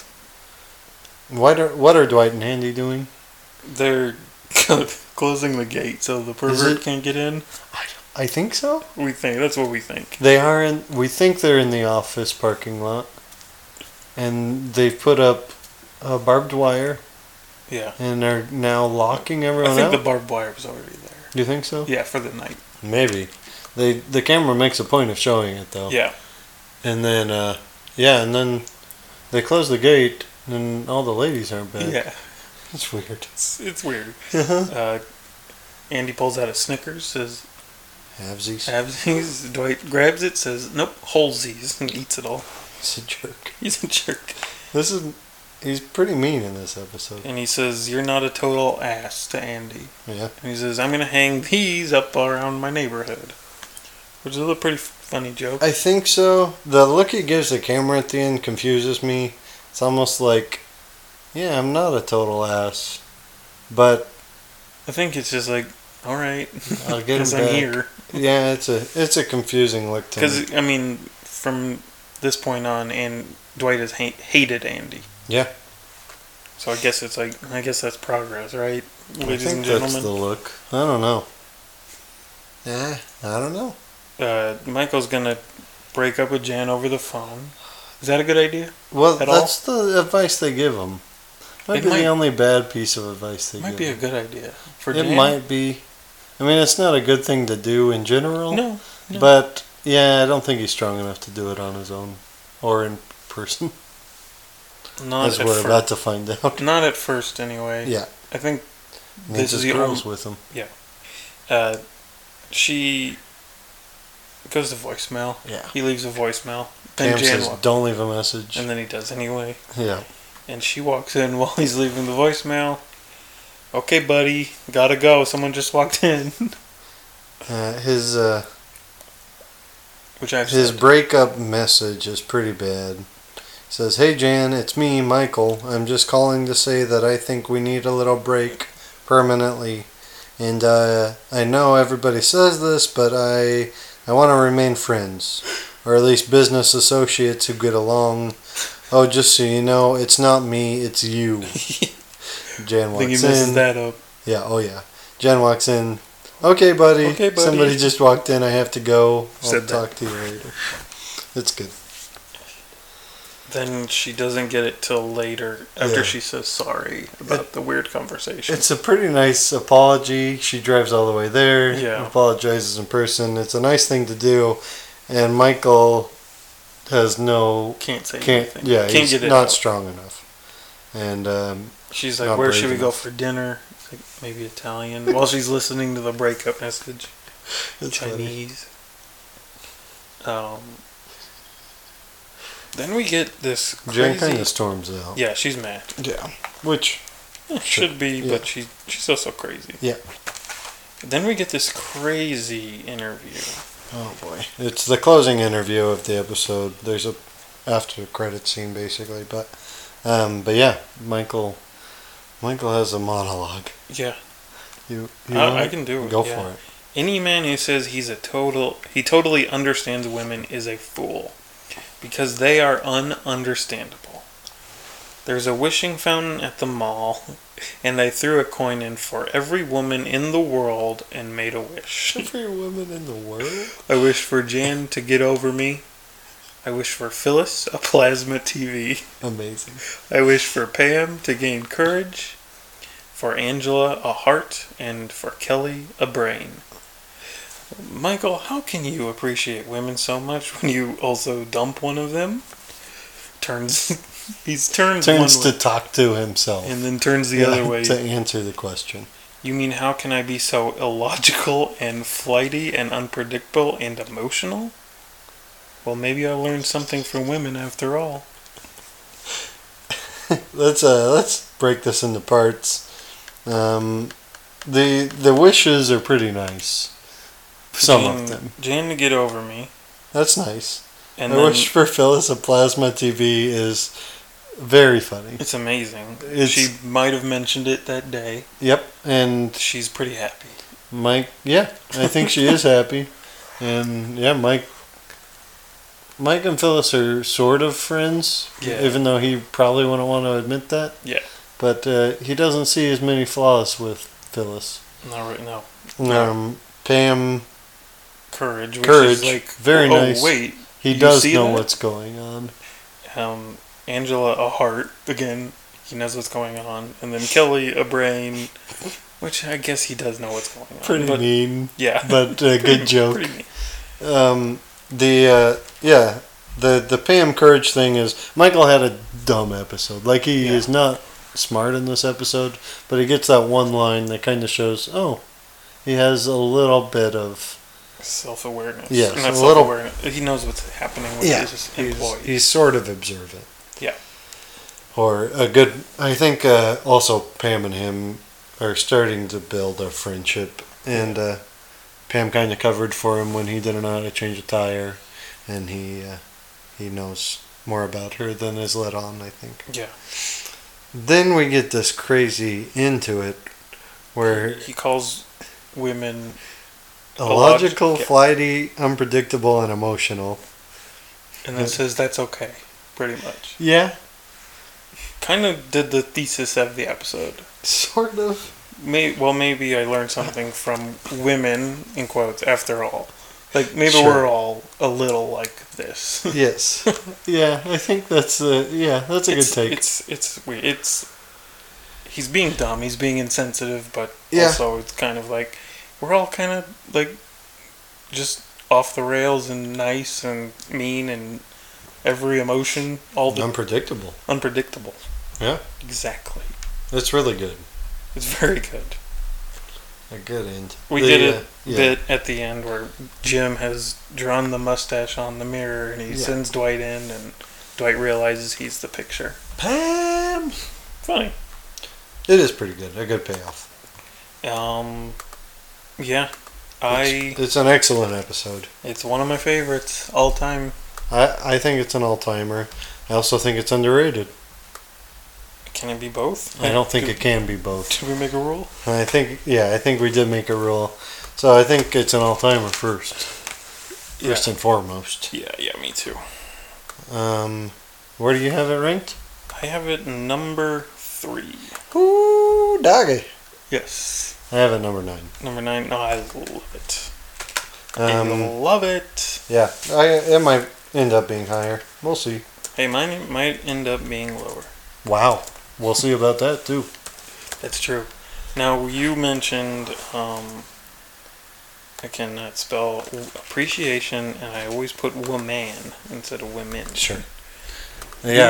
Speaker 6: What are, what are Dwight and Andy doing?
Speaker 5: They're [laughs] closing the gate so the pervert
Speaker 6: it-
Speaker 5: can't get in.
Speaker 6: I think so.
Speaker 5: We think that's what we think.
Speaker 6: They are in. We think they're in the office parking lot, and they've put up uh, barbed wire
Speaker 5: Yeah,
Speaker 6: and are now locking everyone
Speaker 5: I think
Speaker 6: out.
Speaker 5: the barbed wire was already there.
Speaker 6: you think so?
Speaker 5: Yeah, for the night.
Speaker 6: Maybe. They the camera makes a point of showing it though.
Speaker 5: Yeah,
Speaker 6: And then, uh, yeah, and then they close the gate, and all the ladies aren't back.
Speaker 5: yeah,
Speaker 6: It's weird. [laughs]
Speaker 5: it's, it's weird.
Speaker 6: Uh-huh.
Speaker 5: Uh, Andy pulls out a Snickers, says
Speaker 6: Havesies.
Speaker 5: Absies. Dwight grabs it, says nope, holesies, and eats it all.
Speaker 6: He's a jerk.
Speaker 5: He's a jerk.
Speaker 6: This is, he's pretty mean in this episode.
Speaker 5: and he says, "You're not a total ass to Andy."
Speaker 6: Yeah.
Speaker 5: And he says, "I'm gonna hang these up around my neighborhood," which is a pretty f- funny joke.
Speaker 6: I think so. The look he gives the camera at the end confuses me. It's almost like, yeah, I'm not a total ass, but
Speaker 5: I think it's just like, "All right,
Speaker 6: I'll
Speaker 5: [laughs]
Speaker 6: get him
Speaker 5: because I'm
Speaker 6: back.
Speaker 5: here."
Speaker 6: Yeah, it's a it's a confusing
Speaker 5: [laughs]
Speaker 6: look to me.
Speaker 5: Because I mean, from this point on, and Dwight has ha- hated Andy.
Speaker 6: Yeah.
Speaker 5: So I guess it's like, I guess that's progress, right,
Speaker 6: I
Speaker 5: ladies and
Speaker 6: think that's the
Speaker 5: gentlemen?
Speaker 6: look. I don't know. Yeah, I don't know.
Speaker 5: Uh, Michael's gonna break up with Jan over the phone. Is that a good idea?
Speaker 6: Well,
Speaker 5: at all?
Speaker 6: that's the advice they give them. Might
Speaker 5: It
Speaker 6: be
Speaker 5: might-
Speaker 6: the only bad piece of advice they
Speaker 5: It might be a
Speaker 6: give.
Speaker 5: good idea for
Speaker 6: it
Speaker 5: Jan.
Speaker 6: might be. I mean, it's not a good thing to do in general.
Speaker 5: No, no.
Speaker 6: But yeah, I don't think he's strong enough to do it on his own or in person,
Speaker 5: not
Speaker 6: as
Speaker 5: at
Speaker 6: we're
Speaker 5: first.
Speaker 6: about to find out.
Speaker 5: Not at first, anyway.
Speaker 6: Yeah.
Speaker 5: I think
Speaker 6: Needs
Speaker 5: is
Speaker 6: his
Speaker 5: the
Speaker 6: girls with him.
Speaker 5: uh, she goes to voicemail.
Speaker 6: Yeah.
Speaker 5: He leaves a voicemail. Then
Speaker 6: Pam
Speaker 5: Jan
Speaker 6: says,
Speaker 5: walks,
Speaker 6: "Don't leave a message."
Speaker 5: and then he does anyway.
Speaker 6: yeah.
Speaker 5: And she walks in while he's leaving the voicemail. Okay, buddy, gotta go. Someone just walked in. [laughs]
Speaker 6: Uh, his uh,
Speaker 5: Which I've
Speaker 6: his
Speaker 5: said.
Speaker 6: breakup message is pretty bad. says, "Hey Jan, it's me, Michael. I'm just calling to say that I think we need a little break permanently, and uh, I know everybody says this, but I I want to remain friends, or at least business associates who get along. Oh, just so you know, it's not me,
Speaker 5: [laughs]
Speaker 6: it's you." Jan
Speaker 5: I
Speaker 6: walks
Speaker 5: think he messes
Speaker 6: in.
Speaker 5: that up.
Speaker 6: Yeah. Oh yeah. Jan walks in. Okay, buddy.
Speaker 5: Okay, buddy."
Speaker 6: Somebody just walked in. I have to go. I'll
Speaker 5: Said that.
Speaker 6: talk to you later. It's good.
Speaker 5: Then she doesn't get it till later after
Speaker 6: Yeah.
Speaker 5: she says sorry about the weird conversation.
Speaker 6: It's a pretty nice apology. She drives all the way there.
Speaker 5: Yeah.
Speaker 6: Apologizes in person. It's a nice thing to do. And Michael has no
Speaker 5: Can't say
Speaker 6: can't
Speaker 5: anything.
Speaker 6: yeah
Speaker 5: can't
Speaker 6: he's
Speaker 5: get it.
Speaker 6: not
Speaker 5: out.
Speaker 6: strong enough. And um,
Speaker 5: She's like,
Speaker 6: not
Speaker 5: "Where
Speaker 6: brave
Speaker 5: should we go
Speaker 6: enough."
Speaker 5: for dinner?" like maybe Italian while she's listening to the breakup message.
Speaker 6: That's funny.
Speaker 5: Chinese. Um, then we get this
Speaker 6: Jen
Speaker 5: crazy.
Speaker 6: kind of storms out.
Speaker 5: Yeah, she's mad.
Speaker 6: Yeah. Which
Speaker 5: Eh, Should be,
Speaker 6: Yeah.
Speaker 5: but she she's also crazy.
Speaker 6: Yeah.
Speaker 5: Then we get this crazy interview.
Speaker 6: Oh boy. It's the closing interview of the episode. There's a after credit scene basically, but um, but yeah, Michael Michael has a monologue.
Speaker 5: Yeah.
Speaker 6: You, you
Speaker 5: Oh, I-
Speaker 6: want
Speaker 5: I can do it,
Speaker 6: Go
Speaker 5: yeah.
Speaker 6: for it.
Speaker 5: Any man who says he's a total he totally understands women is a fool because they are ununderstandable. There's a wishing fountain at the mall and they threw a coin in for every woman in the world and made a wish.
Speaker 6: Every woman in the world.
Speaker 5: I wish for Jan to get over me. I wish for Phyllis a plasma TV.
Speaker 6: Amazing.
Speaker 5: I wish for Pam to gain courage, for Angela a heart, and for Kelly a brain. Michael, how can you appreciate women so much when you also dump one of them? Turns, [laughs] he's turns,
Speaker 6: Turns
Speaker 5: [laughs] one
Speaker 6: to talk to himself.
Speaker 5: way and then turns the
Speaker 6: Yeah, [laughs]
Speaker 5: other way.
Speaker 6: to answer the question.
Speaker 5: You mean how can I be so illogical and flighty and unpredictable and emotional? Well, maybe I learned something from women after all.
Speaker 6: let's uh let's break this into parts. Um, the the wishes are pretty nice. Some
Speaker 5: Jan-
Speaker 6: of them.
Speaker 5: Jan to get over me.
Speaker 6: That's nice.
Speaker 5: And
Speaker 6: the
Speaker 5: then
Speaker 6: wish for Phyllis a plasma TV is very funny.
Speaker 5: it's amazing.
Speaker 6: It's-
Speaker 5: she might have mentioned it that day.
Speaker 6: Yep. And
Speaker 5: She's pretty happy.
Speaker 6: Mike, yeah, I think she is happy. And yeah, Mike. Mike and Phyllis are sort of friends,
Speaker 5: Yeah.
Speaker 6: even though he probably wouldn't want to admit that.
Speaker 5: Yeah.
Speaker 6: But uh, he doesn't see as many flaws with Phyllis.
Speaker 5: Not right now.
Speaker 6: Um, Pam
Speaker 5: Courage, which
Speaker 6: Courage,
Speaker 5: is like
Speaker 6: very
Speaker 5: oh,
Speaker 6: nice.
Speaker 5: wait.
Speaker 6: He
Speaker 5: You
Speaker 6: does
Speaker 5: see
Speaker 6: know
Speaker 5: that?
Speaker 6: what's going on.
Speaker 5: Um, Angela a heart again. He knows what's going on, and then Kelly a brain, which I guess he does know what's going on.
Speaker 6: Pretty
Speaker 5: but,
Speaker 6: mean,
Speaker 5: Yeah.
Speaker 6: but a good
Speaker 5: [laughs]
Speaker 6: joke.
Speaker 5: Pretty mean.
Speaker 6: Um, the uh, yeah, the the Pam Courage thing is Michael had a dumb episode. Like he
Speaker 5: Yeah.
Speaker 6: is not smart in this episode, but he gets that one line that kind of shows oh, he has a little bit of
Speaker 5: Self awareness.
Speaker 6: Yes,
Speaker 5: Not
Speaker 6: a little-
Speaker 5: self-awareness. He knows what's happening with his
Speaker 6: he's,
Speaker 5: employee.
Speaker 6: he's sort of observant.
Speaker 5: Yeah.
Speaker 6: Or a good, I think uh, also Pam and him are starting to build a friendship, and uh, Pam kind of covered for him when he didn't know how to change a tire, and he uh, he knows more about her than is let on. I think.
Speaker 5: Yeah.
Speaker 6: Then we get this crazy into it, where
Speaker 5: He calls women.
Speaker 6: illogical,
Speaker 5: yeah.
Speaker 6: flighty, unpredictable, and emotional.
Speaker 5: and then
Speaker 6: Yeah.
Speaker 5: says that's okay, pretty much.
Speaker 6: Yeah,
Speaker 5: Kind of did the thesis of the episode.
Speaker 6: [laughs] sort of.
Speaker 5: May well maybe I learned something from women in quotes after all. Like maybe
Speaker 6: Sure.
Speaker 5: we're all a little like this. [laughs]
Speaker 6: yes. [laughs] Yeah, I think that's a yeah, that's a
Speaker 5: it's,
Speaker 6: good take.
Speaker 5: It's it's weird. It's he's being dumb. He's being insensitive, but
Speaker 6: Yeah.
Speaker 5: also it's kind of like we're all kind of like just off the rails and nice and mean and every emotion all the
Speaker 6: unpredictable.
Speaker 5: unpredictable.
Speaker 6: Yeah.
Speaker 5: Exactly.
Speaker 6: That's really good.
Speaker 5: It's very good.
Speaker 6: A good end.
Speaker 5: We
Speaker 6: The,
Speaker 5: did
Speaker 6: uh,
Speaker 5: a
Speaker 6: yeah.
Speaker 5: bit at the end where Jim has drawn the mustache on the mirror and he
Speaker 6: Yeah.
Speaker 5: sends Dwight in and Dwight realizes he's the picture.
Speaker 6: Pam.
Speaker 5: Funny.
Speaker 6: It is pretty good. A good payoff.
Speaker 5: Um yeah. I
Speaker 6: It's, it's an excellent episode.
Speaker 5: It's one of my favorites all time.
Speaker 6: I I think it's an all timer. I also think it's underrated.
Speaker 5: Can it be both?
Speaker 6: I don't think
Speaker 5: Do-
Speaker 6: it can be both.
Speaker 5: Should we make a rule?
Speaker 6: And I think yeah, I think we did make a rule. So I think it's an all timer first. First and foremost.
Speaker 5: Yeah, yeah, me too.
Speaker 6: Um where do you have it ranked?
Speaker 5: I have it number three.
Speaker 6: Ooh, doggy.
Speaker 5: Yes.
Speaker 6: I have it number nine.
Speaker 5: Number nine. No, I love it. I
Speaker 6: Um,
Speaker 5: love it.
Speaker 6: yeah, I, it might end up being higher. We'll see.
Speaker 5: Hey, mine might end up being lower.
Speaker 6: Wow. We'll see about that too.
Speaker 5: That's true. Now, you mentioned, um, I cannot spell appreciation, and I always put woman instead of women.
Speaker 6: Yeah.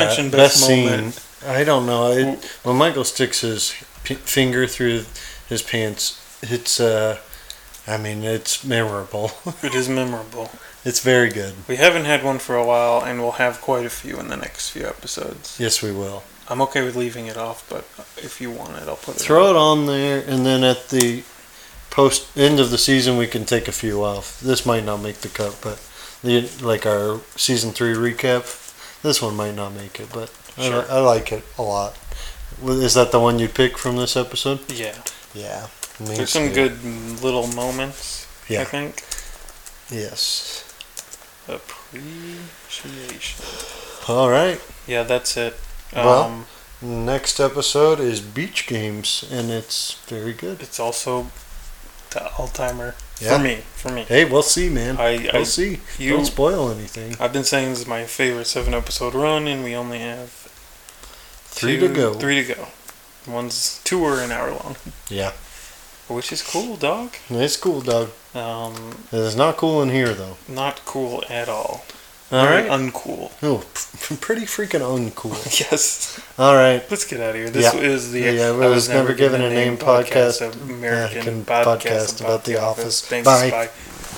Speaker 5: mentioned
Speaker 6: best
Speaker 5: best moment.
Speaker 6: scene. I don't know. It,
Speaker 5: Well-
Speaker 6: when Michael sticks his p- finger through his pants. It's uh, I mean, it's memorable.
Speaker 5: [laughs]
Speaker 6: [laughs]
Speaker 5: It is memorable.
Speaker 6: it's very good.
Speaker 5: We haven't had one for a while, and we'll have quite a few in the next few episodes.
Speaker 6: Yes, we will
Speaker 5: I'm okay with leaving it off, but if you want it, I'll put it.
Speaker 6: throw it on there, and then at the post end of the season, we can take a few off. This might not make the cut, but the like our season three recap, this one might not make it. But I-
Speaker 5: Sure.
Speaker 6: I, like it a lot. Well, Is that the one you picked from this episode?
Speaker 5: Yeah,
Speaker 6: Yeah.
Speaker 5: there's some good mm, little moments. I
Speaker 6: Yeah.
Speaker 5: think
Speaker 6: Yes.
Speaker 5: appreciation.
Speaker 6: All right.
Speaker 5: Yeah, that's it. Um,
Speaker 6: Well- Next episode is beach games, and it's very good.
Speaker 5: it's also the all timer
Speaker 6: Yeah.
Speaker 5: for me. For me,
Speaker 6: Hey, we'll see, man.
Speaker 5: I, I
Speaker 6: we'll see.
Speaker 5: you-
Speaker 6: Don't spoil anything.
Speaker 5: I've been saying this is my favorite seven episode run, and we only have
Speaker 6: Three to
Speaker 5: two-
Speaker 6: go.
Speaker 5: Three to go. One's two or an hour long,
Speaker 6: Yeah,
Speaker 5: which is cool, dog.
Speaker 6: it's cool, dog.
Speaker 5: Um,
Speaker 6: It's not cool in here, though.
Speaker 5: not cool at all.
Speaker 6: All
Speaker 5: Very
Speaker 6: right.
Speaker 5: uncool. [laughs]
Speaker 6: Oh, [laughs] p- pretty freaking uncool.
Speaker 5: Yes.
Speaker 6: All right.
Speaker 5: Let's get out of here. This
Speaker 6: Yeah.
Speaker 5: is the
Speaker 6: Yeah, I
Speaker 5: I
Speaker 6: was never given a name podcast,
Speaker 5: of American
Speaker 6: American
Speaker 5: podcast,
Speaker 6: podcast
Speaker 5: about, the office. Thanks.
Speaker 6: Bye.
Speaker 5: Bye.